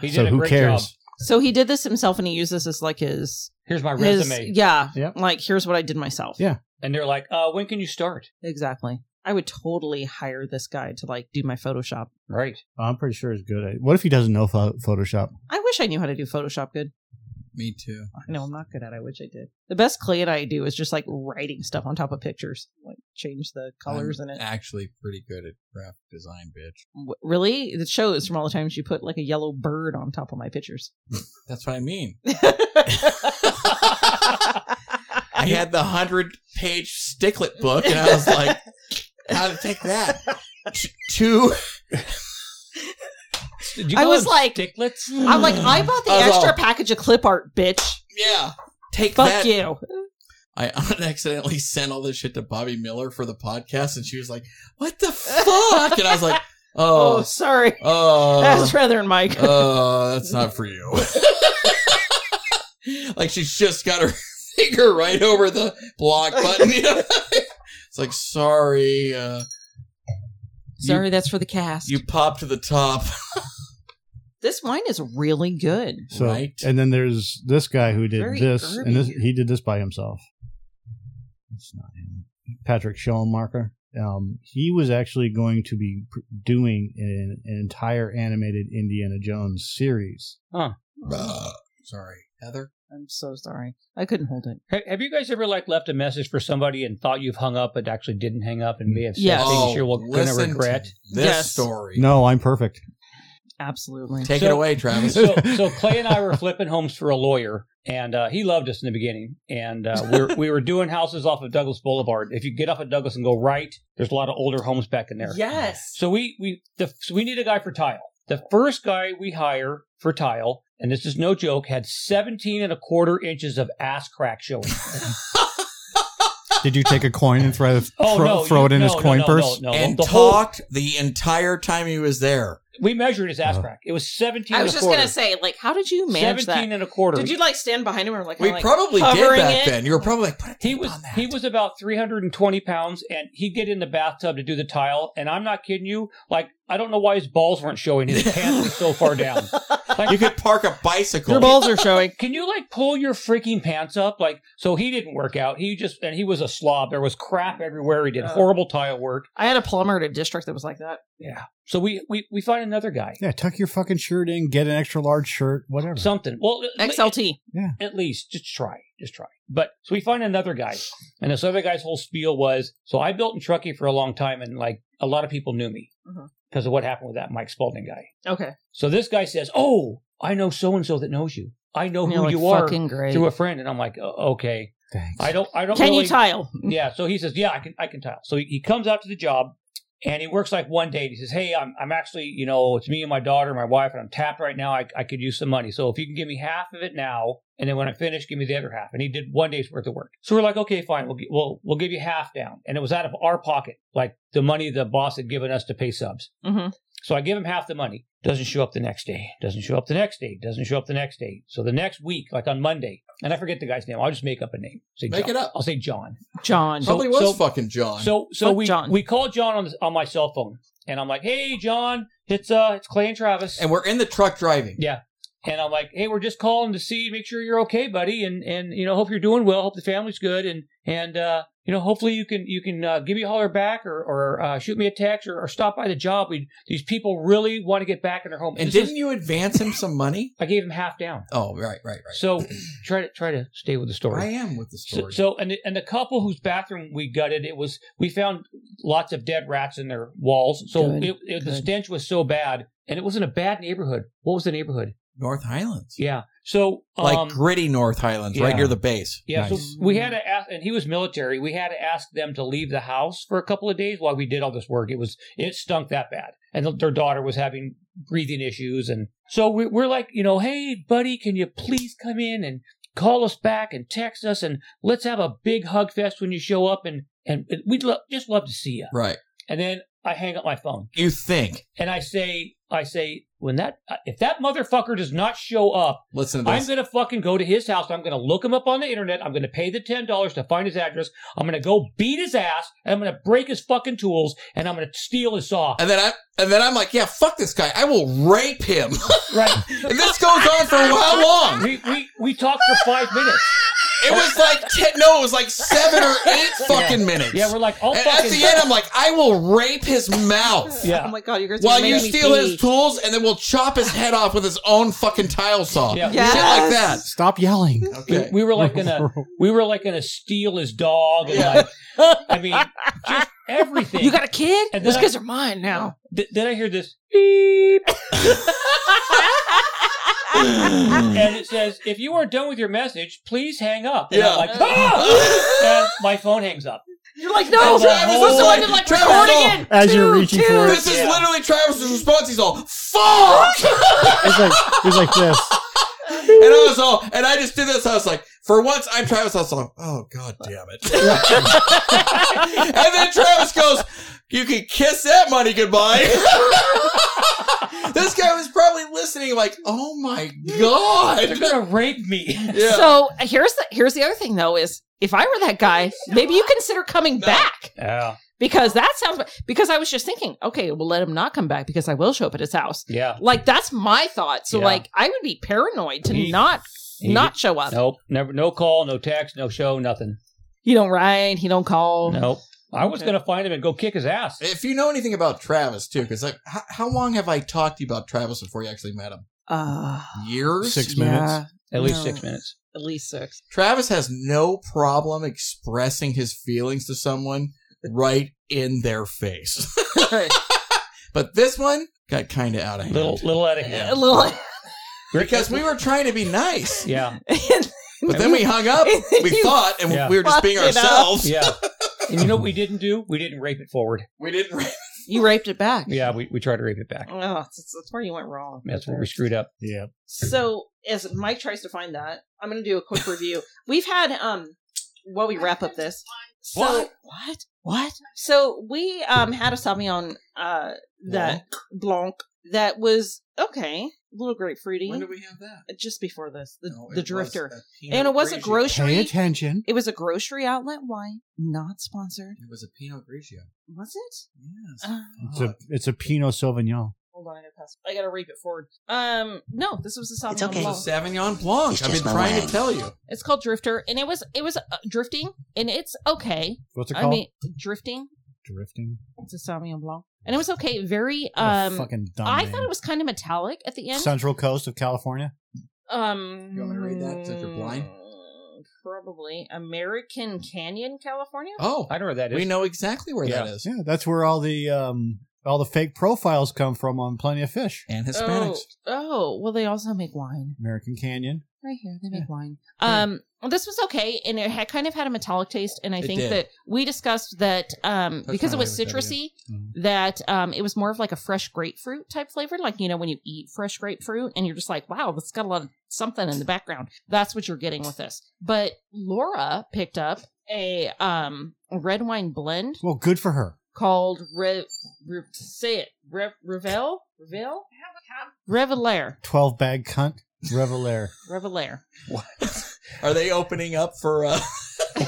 [SPEAKER 7] He did
[SPEAKER 1] So
[SPEAKER 7] a
[SPEAKER 1] who
[SPEAKER 7] great
[SPEAKER 1] cares?
[SPEAKER 7] job.
[SPEAKER 4] So he did this himself, and he used this as like his
[SPEAKER 7] Here's my
[SPEAKER 4] his
[SPEAKER 7] resume.
[SPEAKER 4] yeah,
[SPEAKER 1] Yeah.
[SPEAKER 4] like here's what I did myself.
[SPEAKER 1] Yeah.
[SPEAKER 7] And they're like, uh, when can you start?
[SPEAKER 4] Exactly. I would totally hire this guy to like do my Photoshop.
[SPEAKER 7] Right.
[SPEAKER 1] I'm pretty sure he's good at. What if he doesn't know pho- Photoshop?
[SPEAKER 4] I wish I knew how to do Photoshop good.
[SPEAKER 5] Me too.
[SPEAKER 4] I know I'm not good at it. I wish I did. The best clay that I do is just like writing stuff on top of pictures, like change the colors
[SPEAKER 5] I'm
[SPEAKER 4] in it.
[SPEAKER 5] Actually, pretty good at graphic design, bitch.
[SPEAKER 4] W- Really, it shows from all the times you put like a yellow bird on top of my pictures.
[SPEAKER 5] That's what I mean.
[SPEAKER 4] I
[SPEAKER 5] I had the hundred page sticklet book, and I was like, how to take that? T- Two.
[SPEAKER 7] Did you
[SPEAKER 4] I
[SPEAKER 7] call
[SPEAKER 4] was
[SPEAKER 7] them
[SPEAKER 4] like-
[SPEAKER 7] sticklets.
[SPEAKER 4] I'm like, I bought the
[SPEAKER 5] I was
[SPEAKER 4] extra
[SPEAKER 5] all-
[SPEAKER 4] package of clip art, bitch.
[SPEAKER 5] Yeah. Take
[SPEAKER 4] Fuck
[SPEAKER 5] that. oh.
[SPEAKER 4] you.
[SPEAKER 5] I accidentally sent all this shit to Bobby Miller for the podcast, and she was like, "What the fuck?" And I was like,
[SPEAKER 4] Oh,
[SPEAKER 5] "Oh,
[SPEAKER 4] sorry.
[SPEAKER 5] oh,
[SPEAKER 4] That's rather than Mike.
[SPEAKER 5] oh, that's not for you." like she's just got her finger right over the block button. you know? it's like, sorry, uh,
[SPEAKER 4] sorry, that's for the cast.
[SPEAKER 5] you popped to the top.
[SPEAKER 4] This wine is really good.
[SPEAKER 1] So,
[SPEAKER 5] Right.
[SPEAKER 1] and then there's this guy who did
[SPEAKER 4] Very
[SPEAKER 1] this,
[SPEAKER 4] herby.
[SPEAKER 1] and this, he did this by himself. It's not him. Patrick Schoenmarker. Um, he was actually going to be pr- doing an, an entire animated Indiana Jones series.
[SPEAKER 5] Uh, Sorry, Heather.
[SPEAKER 4] I'm so sorry. I couldn't hold it.
[SPEAKER 7] Ha- Have you guys ever like left a message for somebody and thought you've hung up, but actually didn't hang up and may have said
[SPEAKER 4] Yes.
[SPEAKER 7] things you're going to
[SPEAKER 5] Oh, listen to
[SPEAKER 7] regret?
[SPEAKER 5] this
[SPEAKER 4] Yes.
[SPEAKER 5] story.
[SPEAKER 1] No, I'm perfect.
[SPEAKER 4] Absolutely.
[SPEAKER 5] Take
[SPEAKER 7] So-
[SPEAKER 5] it away, Travis.
[SPEAKER 7] so, so Clay and I were flipping homes for a lawyer, and uh, he loved us in the beginning. And uh, we're, we were doing houses off of Douglas Boulevard. If you get off of Douglas and go right, there's a lot of older homes back in there.
[SPEAKER 4] Yes.
[SPEAKER 7] So we we the, so we need a guy for tile. The first guy we hire for tile, and this is no joke, had 17 and a quarter inches of ass crack showing.
[SPEAKER 1] Did you take a coin and throw,
[SPEAKER 7] Oh
[SPEAKER 1] thro-
[SPEAKER 7] no!
[SPEAKER 1] throw
[SPEAKER 7] you-
[SPEAKER 1] it in
[SPEAKER 7] no,
[SPEAKER 1] his
[SPEAKER 7] no,
[SPEAKER 1] coin
[SPEAKER 7] no,
[SPEAKER 1] purse?
[SPEAKER 7] No, no,
[SPEAKER 5] and
[SPEAKER 7] the whole
[SPEAKER 5] talked the entire time he was there.
[SPEAKER 7] we measured his ass
[SPEAKER 1] Uh-huh.
[SPEAKER 7] crack. It was 17.
[SPEAKER 4] I
[SPEAKER 7] and
[SPEAKER 4] was
[SPEAKER 7] a
[SPEAKER 4] just
[SPEAKER 7] quarter.
[SPEAKER 4] gonna say, like, how did you manage
[SPEAKER 7] 17
[SPEAKER 4] that?
[SPEAKER 7] and a quarter.
[SPEAKER 4] Did you like stand behind him and like?
[SPEAKER 5] We
[SPEAKER 4] kinda, like
[SPEAKER 5] probably did
[SPEAKER 4] covering
[SPEAKER 5] back
[SPEAKER 4] it?
[SPEAKER 5] then. You were probably like, put a
[SPEAKER 7] He
[SPEAKER 5] tape
[SPEAKER 7] was
[SPEAKER 5] on that.
[SPEAKER 7] he was about 320 pounds, and he'd get in the bathtub to do the tile. And I'm not kidding you. Like I don't know why his balls weren't showing. His pants were so far down. Like,
[SPEAKER 5] You could park a bicycle.
[SPEAKER 4] your balls are showing.
[SPEAKER 7] can you like pull your freaking pants up? Like so he didn't work out. He just and he was a slob. There was crap everywhere. He did
[SPEAKER 5] Oh.
[SPEAKER 4] Yeah.
[SPEAKER 7] horrible tile work.
[SPEAKER 4] I had a plumber at a district that was like that.
[SPEAKER 7] Yeah. So we we we find another guy.
[SPEAKER 1] Yeah, tuck your fucking shirt in, get an extra large shirt, whatever.
[SPEAKER 7] Something. Well,
[SPEAKER 4] XLT.
[SPEAKER 7] at least just try, just try. But so we find another guy, and this other guy's whole spiel was so I built in Truckee for a long time, and like a lot of people knew me
[SPEAKER 4] Mhm.
[SPEAKER 7] because of what happened with that Mike Spalding guy.
[SPEAKER 4] Okay.
[SPEAKER 7] So this guy says, "Oh, I know so and so that knows you. I know
[SPEAKER 4] You're,
[SPEAKER 7] who
[SPEAKER 4] like,
[SPEAKER 7] you are
[SPEAKER 4] Fucking great.
[SPEAKER 7] through a friend." And I'm like, "Oh, "Okay,
[SPEAKER 1] Thanks.
[SPEAKER 7] I don't, I don't."
[SPEAKER 4] Can
[SPEAKER 7] really,
[SPEAKER 4] you tile?
[SPEAKER 7] yeah. So he says, "Yeah, I can, I can tile." So he, he comes out to the job, and he works like one day. And he says, "Hey, I'm, I'm actually, you know, it's me and my daughter, and my wife, and I'm tapped right now. I, I could use some money. So if you can give me half of it now, and then when I finish, give me the other half." And he did one day's worth of work. So we're like, "Okay, fine. We'll, gi- we'll, we'll give you half down." And it was out of our pocket, like the money the boss had given us to pay subs.
[SPEAKER 5] Mm-hmm.
[SPEAKER 4] Mhm.
[SPEAKER 7] So I give him half the money. Doesn't show up the next day. Doesn't show up the next day. Doesn't show up the next day. So the next week, like on Monday, and I forget the guy's name. I'll just make up a name. Say
[SPEAKER 5] Make
[SPEAKER 7] John.
[SPEAKER 5] it up.
[SPEAKER 7] I'll say John.
[SPEAKER 4] John.
[SPEAKER 7] So-
[SPEAKER 5] probably was
[SPEAKER 7] so-
[SPEAKER 5] fucking John.
[SPEAKER 7] So so
[SPEAKER 4] Fuck
[SPEAKER 7] we
[SPEAKER 4] John.
[SPEAKER 7] we called John on this, on my cell phone, and I'm like, "Hey, John, it's uh, it's Clay and Travis."
[SPEAKER 5] and we're in the truck driving.
[SPEAKER 7] Yeah. And I'm like, hey, we're just calling to see, make sure you're okay, buddy, and and you know, hope you're doing well, hope the family's good, and and uh, you know, hopefully you can you can uh, give me a holler back or or uh, shoot me a text or, or stop by the job. We these people really want to get back in their home.
[SPEAKER 5] And
[SPEAKER 7] This
[SPEAKER 5] didn't
[SPEAKER 7] is-
[SPEAKER 5] you advance him some money?
[SPEAKER 7] I gave him half down.
[SPEAKER 5] Oh, right, right, right.
[SPEAKER 7] So try to try to stay with the story.
[SPEAKER 5] I am with the
[SPEAKER 7] So,
[SPEAKER 5] story.
[SPEAKER 7] so and the, and the couple whose bathroom we gutted, it was we found lots of dead rats in their walls. So
[SPEAKER 4] Good,
[SPEAKER 7] it, it, the
[SPEAKER 4] good.
[SPEAKER 7] stench was so bad, and it was in a bad neighborhood. What was the neighborhood?
[SPEAKER 5] North Highlands.
[SPEAKER 7] Yeah. So
[SPEAKER 5] Like
[SPEAKER 7] um,
[SPEAKER 5] gritty North Highlands, right
[SPEAKER 7] yeah.
[SPEAKER 5] near the base.
[SPEAKER 7] yeah,
[SPEAKER 1] Nice.
[SPEAKER 7] so we had to ask, and he was military. We had to ask them to leave the house for a couple of days while we did all this work. It was it stunk that bad, and their daughter was having breathing issues, and so we, we're like, you know, hey buddy, can you please come in and call us back and text us, and let's have a big hug fest when you show up, and and we'd lo- just love to see you.
[SPEAKER 5] Right.
[SPEAKER 7] And then I hang up my phone
[SPEAKER 5] You think.
[SPEAKER 7] and I say, I say, when that if that motherfucker does not show up.
[SPEAKER 5] Listen to
[SPEAKER 7] I'm
[SPEAKER 5] this.
[SPEAKER 7] going to fucking go to his house. I'm going to look him up on the internet. I'm going to pay the $10 to find his address. I'm going to go beat his ass and I'm going to break his fucking tools and I'm going to steal his saw.
[SPEAKER 5] and then I and then I'm like, yeah, fuck this guy. I will rape him.
[SPEAKER 7] Right.
[SPEAKER 5] and this goes on for how long?
[SPEAKER 7] we, we, we talked for five minutes.
[SPEAKER 5] It was like ten, no, it was like seven or eight fucking minutes.
[SPEAKER 7] Yeah, we're like, I'll
[SPEAKER 5] and at
[SPEAKER 7] fucking.
[SPEAKER 5] the end, I'm like, I will rape his mouth
[SPEAKER 7] yeah.
[SPEAKER 4] Oh my god, you guys are
[SPEAKER 5] while
[SPEAKER 4] making
[SPEAKER 5] you
[SPEAKER 4] me
[SPEAKER 5] steal
[SPEAKER 4] pee.
[SPEAKER 5] his tools, and then we'll chop his head off with his own fucking tile saw.
[SPEAKER 7] Yeah.
[SPEAKER 4] Yes.
[SPEAKER 5] Shit like that.
[SPEAKER 1] Stop yelling.
[SPEAKER 5] Okay.
[SPEAKER 7] We, we were like gonna, we were like gonna steal his dog, and
[SPEAKER 5] Yeah.
[SPEAKER 7] like, I mean, just everything.
[SPEAKER 4] You got a kid?
[SPEAKER 7] And then
[SPEAKER 4] Those
[SPEAKER 7] I-
[SPEAKER 4] kids are mine now.
[SPEAKER 7] Th- then I hear this beep, and it says, "If you are done with your message, please hang up." And
[SPEAKER 5] Yeah.
[SPEAKER 7] I'm like, "Ah!" and my phone hangs up.
[SPEAKER 4] You're like, no,
[SPEAKER 7] Oh, Travis,
[SPEAKER 4] this is
[SPEAKER 7] listen,
[SPEAKER 4] what I'm like
[SPEAKER 5] Travis,
[SPEAKER 4] recording it.
[SPEAKER 1] As you're
[SPEAKER 4] Two,
[SPEAKER 1] reaching
[SPEAKER 4] two.
[SPEAKER 1] for it,
[SPEAKER 5] This is
[SPEAKER 7] Yeah.
[SPEAKER 5] literally Travis's response. He's all, fuck!
[SPEAKER 1] it's like, it's like this.
[SPEAKER 5] and I was all, and I just did this. I was like, for once, I'm Travis. I was like, oh, god damn it. and then Travis goes, you can kiss that money goodbye. this guy was probably listening, like, oh my
[SPEAKER 7] They're
[SPEAKER 5] god.
[SPEAKER 7] gonna rape me.
[SPEAKER 5] Yeah.
[SPEAKER 4] So here's the here's the other thing though is if I were that guy, maybe you consider coming
[SPEAKER 5] No.
[SPEAKER 4] back.
[SPEAKER 7] Yeah.
[SPEAKER 4] because that sounds because I was just thinking, okay, well let him not come back because I will show up at his house.
[SPEAKER 7] Yeah.
[SPEAKER 4] Like that's my thought. So
[SPEAKER 7] Yeah.
[SPEAKER 4] like I would be paranoid to
[SPEAKER 7] He-
[SPEAKER 4] not
[SPEAKER 7] he-
[SPEAKER 4] not show up.
[SPEAKER 7] Nope. Never. No call. No text. No show. Nothing.
[SPEAKER 4] He don't write, he don't call.
[SPEAKER 7] Nope. I was
[SPEAKER 4] Okay.
[SPEAKER 7] gonna find him and go kick his ass.
[SPEAKER 5] If you know anything about Travis, too, because like, how, how long have I talked to you about Travis before you actually met him?
[SPEAKER 4] Uh
[SPEAKER 5] Years.
[SPEAKER 1] Six
[SPEAKER 4] yeah,
[SPEAKER 1] minutes.
[SPEAKER 7] At least
[SPEAKER 4] No.
[SPEAKER 7] six minutes.
[SPEAKER 4] at least six.
[SPEAKER 5] Travis has no problem expressing his feelings to someone right in their face. But this one got kind of out of hand.
[SPEAKER 7] Little little etiquette.
[SPEAKER 4] A little
[SPEAKER 5] because we were trying to be nice,
[SPEAKER 7] Yeah.
[SPEAKER 5] but then we hung up. We thought, and
[SPEAKER 7] Yeah.
[SPEAKER 5] we were just being
[SPEAKER 4] Fucked it up.
[SPEAKER 5] ourselves.
[SPEAKER 7] Yeah. and you know what we didn't do? We didn't rape it forward.
[SPEAKER 5] We didn't.
[SPEAKER 4] you raped it back.
[SPEAKER 7] Yeah. We we tried to rape it back.
[SPEAKER 4] Oh, that's, that's where you went wrong.
[SPEAKER 7] That's where we screwed up.
[SPEAKER 1] Yeah.
[SPEAKER 4] So as Mike tries to find that, I'm going to do a quick review. We've had um while we wrap up this. So
[SPEAKER 5] What?
[SPEAKER 4] what? What? So we um had a Sauvignon uh that Blanc that was okay, a little grapefruity
[SPEAKER 5] When did we have that?
[SPEAKER 4] Uh, just before this. The,
[SPEAKER 5] No, it
[SPEAKER 4] the
[SPEAKER 5] was
[SPEAKER 4] Drifter.
[SPEAKER 5] a Pinot
[SPEAKER 4] And it was a
[SPEAKER 1] Pay
[SPEAKER 5] Grigio.
[SPEAKER 4] grocery
[SPEAKER 1] attention.
[SPEAKER 4] it was a grocery outlet wine, not sponsored.
[SPEAKER 5] It was a Pinot Grigio.
[SPEAKER 4] Was it?
[SPEAKER 5] Yes.
[SPEAKER 4] Uh,
[SPEAKER 1] It's a it's a Pinot Sauvignon.
[SPEAKER 4] hold on, I gotta pass. I gotta reap it forward. Um, no, this was a Sauvignon
[SPEAKER 8] It's okay.
[SPEAKER 4] Blanc.
[SPEAKER 5] It's a Sauvignon Blanc.
[SPEAKER 8] It's
[SPEAKER 5] I've
[SPEAKER 8] just
[SPEAKER 5] been
[SPEAKER 8] my
[SPEAKER 5] trying
[SPEAKER 8] wine.
[SPEAKER 5] to tell you.
[SPEAKER 4] It's called Drifter, and it was it was uh, drifting, and it's okay.
[SPEAKER 1] What's it
[SPEAKER 4] I
[SPEAKER 1] called?
[SPEAKER 4] mean, drifting.
[SPEAKER 1] Drifting.
[SPEAKER 4] It's a Sauvignon Blanc, and it was okay. Very.
[SPEAKER 1] What a
[SPEAKER 4] um
[SPEAKER 1] fucking dumb
[SPEAKER 4] I
[SPEAKER 1] name.
[SPEAKER 4] thought it was kind of metallic at the end.
[SPEAKER 1] Central Coast of California.
[SPEAKER 4] um,
[SPEAKER 5] You want me to read that since you're blind?
[SPEAKER 4] Probably American Canyon, California.
[SPEAKER 5] Oh,
[SPEAKER 7] I don't know where that is.
[SPEAKER 5] we know exactly where that is.
[SPEAKER 1] Yeah, that's where all the um all the fake profiles come from on Plenty of Fish.
[SPEAKER 5] And Hispanics.
[SPEAKER 4] Oh, oh, well, they also make wine
[SPEAKER 1] American Canyon.
[SPEAKER 4] right here. They make
[SPEAKER 1] Yeah.
[SPEAKER 4] wine. Um, well, this was okay, and it had kind of had a metallic taste, and I
[SPEAKER 5] It
[SPEAKER 4] think
[SPEAKER 5] did.
[SPEAKER 4] that we discussed that um,
[SPEAKER 5] Touch
[SPEAKER 4] because
[SPEAKER 5] my
[SPEAKER 4] it was
[SPEAKER 5] leg with that
[SPEAKER 4] citrusy,
[SPEAKER 1] Mhm.
[SPEAKER 5] Mm-hmm.
[SPEAKER 4] that um, it was more of like a fresh grapefruit type flavor, like you know when you eat fresh grapefruit and you're just like, wow, that's got a lot of something in the background. That's what you're getting with this. But Laura picked up a um, red wine blend
[SPEAKER 1] Well, good for her.
[SPEAKER 4] called Re- Re- say it Re- Revel Revel Revelair
[SPEAKER 1] Twelve bag cunt. Revelair.
[SPEAKER 4] Revelair
[SPEAKER 5] Are they opening up for uh,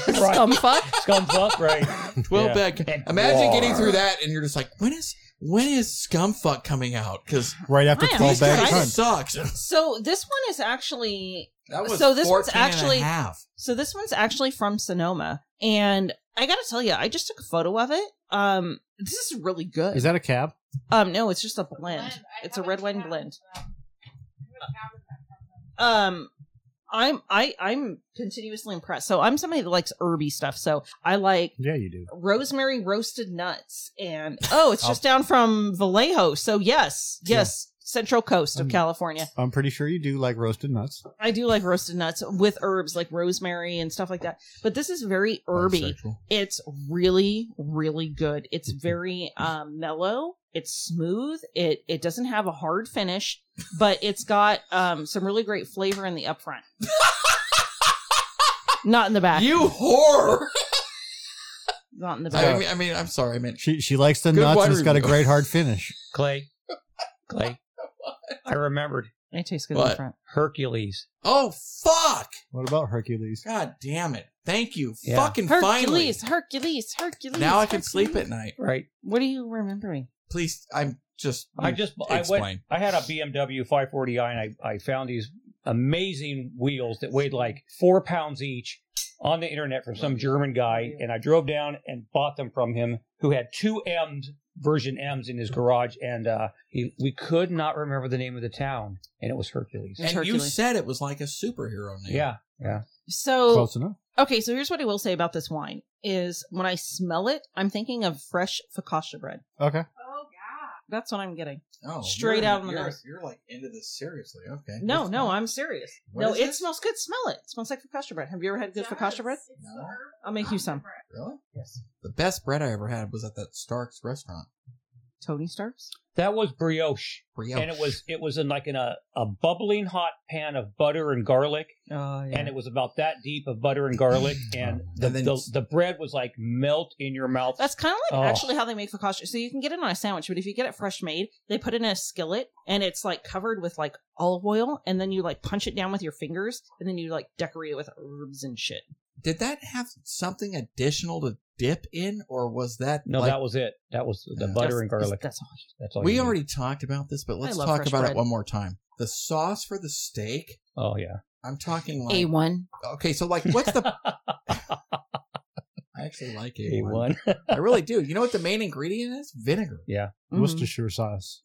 [SPEAKER 7] Right.
[SPEAKER 4] scumfuck.
[SPEAKER 7] Scumfuck, right?
[SPEAKER 5] 12
[SPEAKER 7] Yeah.
[SPEAKER 5] back?
[SPEAKER 7] And
[SPEAKER 5] Imagine
[SPEAKER 7] war.
[SPEAKER 5] getting through that and you're just like, when is when is Scumfuck coming out? Because
[SPEAKER 1] Right after
[SPEAKER 4] I am
[SPEAKER 1] twelve
[SPEAKER 5] these
[SPEAKER 1] bag
[SPEAKER 5] guys
[SPEAKER 1] cunt.
[SPEAKER 5] sucks.
[SPEAKER 4] So this one is actually
[SPEAKER 5] That
[SPEAKER 4] So this one's
[SPEAKER 5] 14 and a
[SPEAKER 4] actually-
[SPEAKER 5] half.
[SPEAKER 4] so this one's actually from Sonoma, and I gotta tell you, I just took a photo of it. Um, this is really good.
[SPEAKER 1] Is that a cab?
[SPEAKER 4] um, no, it's just a blend. It's a red wine blend. Um, I'm I I'm continuously impressed. So I'm somebody that likes herby stuff. So I like
[SPEAKER 1] Yeah, you do.
[SPEAKER 4] rosemary roasted nuts and oh it's just down from vallejo so yes yes central coast of
[SPEAKER 1] Mm.
[SPEAKER 4] california
[SPEAKER 1] I'm pretty sure you do like roasted nuts.
[SPEAKER 4] i do like roasted nuts with herbs like rosemary and stuff like that but this is very herby
[SPEAKER 5] Bisexual.
[SPEAKER 4] it's really really good it's very um, mellow it's smooth it it doesn't have a hard finish but it's got um, some really great flavor in the upfront not in the back
[SPEAKER 5] You whore!
[SPEAKER 4] not in the back
[SPEAKER 5] I mean, I mean, I'm sorry. I meant
[SPEAKER 1] She she likes the
[SPEAKER 5] Good
[SPEAKER 1] nuts
[SPEAKER 5] wine
[SPEAKER 1] and it's got a
[SPEAKER 5] review.
[SPEAKER 1] great hard finish.
[SPEAKER 7] Clay. Clay. I remembered
[SPEAKER 4] it tastes good in
[SPEAKER 5] What?
[SPEAKER 4] the front
[SPEAKER 7] Hercules.
[SPEAKER 5] oh fuck!
[SPEAKER 1] What about Hercules?
[SPEAKER 5] God damn it! Thank you.
[SPEAKER 7] Yeah.
[SPEAKER 5] Fucking finally.
[SPEAKER 4] hercules hercules hercules
[SPEAKER 5] Now I can
[SPEAKER 4] Hercules.
[SPEAKER 5] sleep at night.
[SPEAKER 7] Right.
[SPEAKER 4] What are you remembering?
[SPEAKER 5] Please, I'm just.
[SPEAKER 7] I just I went,
[SPEAKER 5] explain.
[SPEAKER 7] I had a BMW 540i and I, I found these amazing wheels that weighed like four pounds each on the internet from some German guy, and I drove down and bought them from him, who had two M's version M's in his garage, and uh, he, we could not remember the name of the town, and it was Hercules.
[SPEAKER 5] and you
[SPEAKER 4] Hercules.
[SPEAKER 5] said it was like a superhero name.
[SPEAKER 7] Yeah,
[SPEAKER 4] So Oh.
[SPEAKER 1] Close enough.
[SPEAKER 4] okay, so here's what I will say about this wine is when I smell it, I'm thinking of fresh focaccia bread.
[SPEAKER 1] Okay.
[SPEAKER 4] That's what I'm getting.
[SPEAKER 5] Oh,
[SPEAKER 4] Straight
[SPEAKER 5] you're-
[SPEAKER 4] out of my
[SPEAKER 5] you're-
[SPEAKER 4] nose.
[SPEAKER 5] You're like into this seriously? Okay.
[SPEAKER 4] No,
[SPEAKER 5] That's
[SPEAKER 4] no,
[SPEAKER 5] fine.
[SPEAKER 4] I'm serious.
[SPEAKER 5] What
[SPEAKER 4] no,
[SPEAKER 5] is
[SPEAKER 4] it
[SPEAKER 5] this?
[SPEAKER 4] smells good. Smell it. It smells like focaccia bread. Have you ever had good focaccia bread?
[SPEAKER 5] No,
[SPEAKER 4] I'll make you some.
[SPEAKER 5] really?
[SPEAKER 4] Yes.
[SPEAKER 5] The best bread I ever had was at that Stark's restaurant.
[SPEAKER 4] Tony Starks.
[SPEAKER 7] that was brioche,
[SPEAKER 5] Brioche.
[SPEAKER 7] and it was it was in like in a, a bubbling hot pan of butter and garlic,
[SPEAKER 4] Oh
[SPEAKER 7] and it was about that deep of butter and garlic, and the
[SPEAKER 5] And then-
[SPEAKER 7] the, the bread was like melt in your mouth.
[SPEAKER 4] That's kind of like
[SPEAKER 7] Oh.
[SPEAKER 4] actually how they make focaccia. So you can get it on a sandwich, but if you get it fresh made, they put it in a skillet and it's like covered with like olive oil, and then you like punch it down with your fingers, and then you like decorate it with herbs and shit.
[SPEAKER 5] Did that have something additional to dip in, or was that
[SPEAKER 7] No,
[SPEAKER 5] like-
[SPEAKER 7] that was it. That was the
[SPEAKER 5] Yeah.
[SPEAKER 7] butter and
[SPEAKER 4] That's-
[SPEAKER 7] garlic.
[SPEAKER 4] That's all.
[SPEAKER 7] That's all.
[SPEAKER 5] we
[SPEAKER 7] you need.
[SPEAKER 5] already talked about this, but let's
[SPEAKER 4] love
[SPEAKER 5] talk
[SPEAKER 4] fresh
[SPEAKER 5] about it
[SPEAKER 4] bread.
[SPEAKER 5] one more time. The sauce for the steak.
[SPEAKER 7] Oh yeah.
[SPEAKER 5] I'm talking like
[SPEAKER 4] A one.
[SPEAKER 5] okay, so like what's the? I actually like
[SPEAKER 7] A
[SPEAKER 5] it.
[SPEAKER 7] one.
[SPEAKER 5] I really do. You know what the main ingredient is? Vinegar.
[SPEAKER 4] Mm-hmm.
[SPEAKER 1] Worcestershire sauce.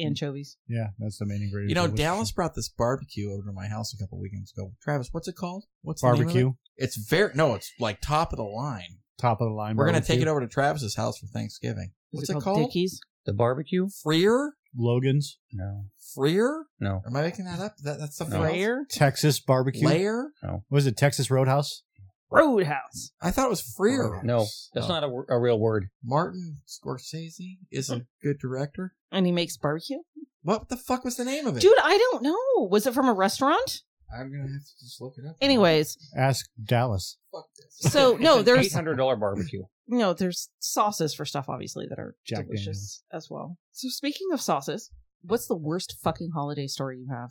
[SPEAKER 4] Mm, Anchovies.
[SPEAKER 1] Yeah, that's the main ingredient.
[SPEAKER 5] You know,
[SPEAKER 1] for Worcestershire.
[SPEAKER 5] Dallas brought this barbecue over to my house a couple weekends ago. Travis, what's it called? What's the name of it?
[SPEAKER 1] barbecue,
[SPEAKER 5] It's very no, it's like top of the line.
[SPEAKER 1] top of the line.
[SPEAKER 5] We're gonna
[SPEAKER 1] barbecue.
[SPEAKER 5] take it over to Travis's house for Thanksgiving.
[SPEAKER 4] Is
[SPEAKER 5] What's
[SPEAKER 4] it called, Dickies?
[SPEAKER 7] the barbecue?
[SPEAKER 5] Freer?
[SPEAKER 1] Logan's
[SPEAKER 7] No,
[SPEAKER 5] Freer?
[SPEAKER 7] no.
[SPEAKER 5] Am I making that up? That, that's the
[SPEAKER 7] No.
[SPEAKER 5] phrase.
[SPEAKER 4] Rare
[SPEAKER 1] Texas barbecue.
[SPEAKER 5] Layer?
[SPEAKER 1] What is it? Texas Roadhouse.
[SPEAKER 4] Roadhouse.
[SPEAKER 5] I thought it was Freer.
[SPEAKER 7] No, that's
[SPEAKER 5] Oh.
[SPEAKER 7] not a, wor- a real word.
[SPEAKER 5] Martin Scorsese is
[SPEAKER 7] Hmm.
[SPEAKER 5] a good director.
[SPEAKER 4] And he makes barbecue.
[SPEAKER 5] What the fuck was the name of it?
[SPEAKER 4] Dude, I don't know. Was it from a restaurant?
[SPEAKER 5] I'm gonna have to just look it up.
[SPEAKER 4] Anyways,
[SPEAKER 1] Ask Dallas.
[SPEAKER 5] fuck this.
[SPEAKER 4] so no,
[SPEAKER 7] Eight
[SPEAKER 4] there's
[SPEAKER 7] hundred dollar barbecue.
[SPEAKER 4] no, there's sauces for stuff obviously that are
[SPEAKER 1] Jack
[SPEAKER 4] delicious as well. So speaking of sauces, what's the worst fucking holiday story you have?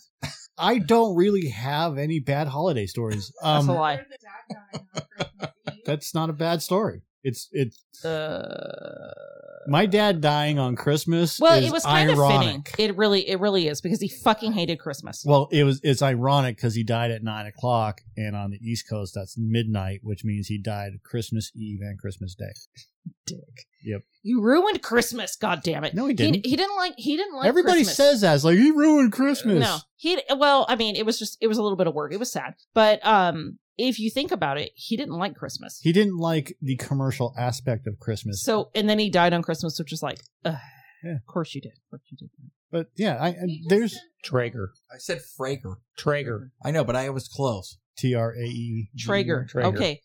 [SPEAKER 1] I don't really have any bad holiday stories.
[SPEAKER 4] That's
[SPEAKER 1] Um,
[SPEAKER 4] a lie.
[SPEAKER 1] that's not a bad story. It's it's
[SPEAKER 4] Uh,
[SPEAKER 1] my dad dying on Christmas.
[SPEAKER 4] well,
[SPEAKER 1] is
[SPEAKER 4] it was kind
[SPEAKER 1] ironic.
[SPEAKER 4] of fitting. It really, it really is because he fucking hated Christmas.
[SPEAKER 1] Well, it was it's ironic because he died at nine o'clock, and on the East Coast that's midnight, which means he died Christmas Eve and Christmas Day.
[SPEAKER 4] You ruined Christmas, god damn it.
[SPEAKER 1] No, he
[SPEAKER 4] He,
[SPEAKER 1] didn't.
[SPEAKER 4] he didn't like he didn't like
[SPEAKER 1] Everybody
[SPEAKER 4] Christmas.
[SPEAKER 1] says that. It's like he ruined Christmas.
[SPEAKER 4] No. He well, I mean, it was just it was a little bit of work. It was sad. But um if you think about it, he didn't like Christmas.
[SPEAKER 1] He didn't like the commercial aspect of Christmas.
[SPEAKER 4] So and then he died on Christmas, which is like, ugh,
[SPEAKER 1] Yeah. Mm-hmm.
[SPEAKER 4] of course you did. Of course you did.
[SPEAKER 1] but yeah, I, I there's
[SPEAKER 7] Traeger.
[SPEAKER 5] I said Frager.
[SPEAKER 7] Traeger.
[SPEAKER 5] I know, but I was close.
[SPEAKER 1] T R A E.
[SPEAKER 4] Traeger.
[SPEAKER 7] Traeger.
[SPEAKER 4] Okay.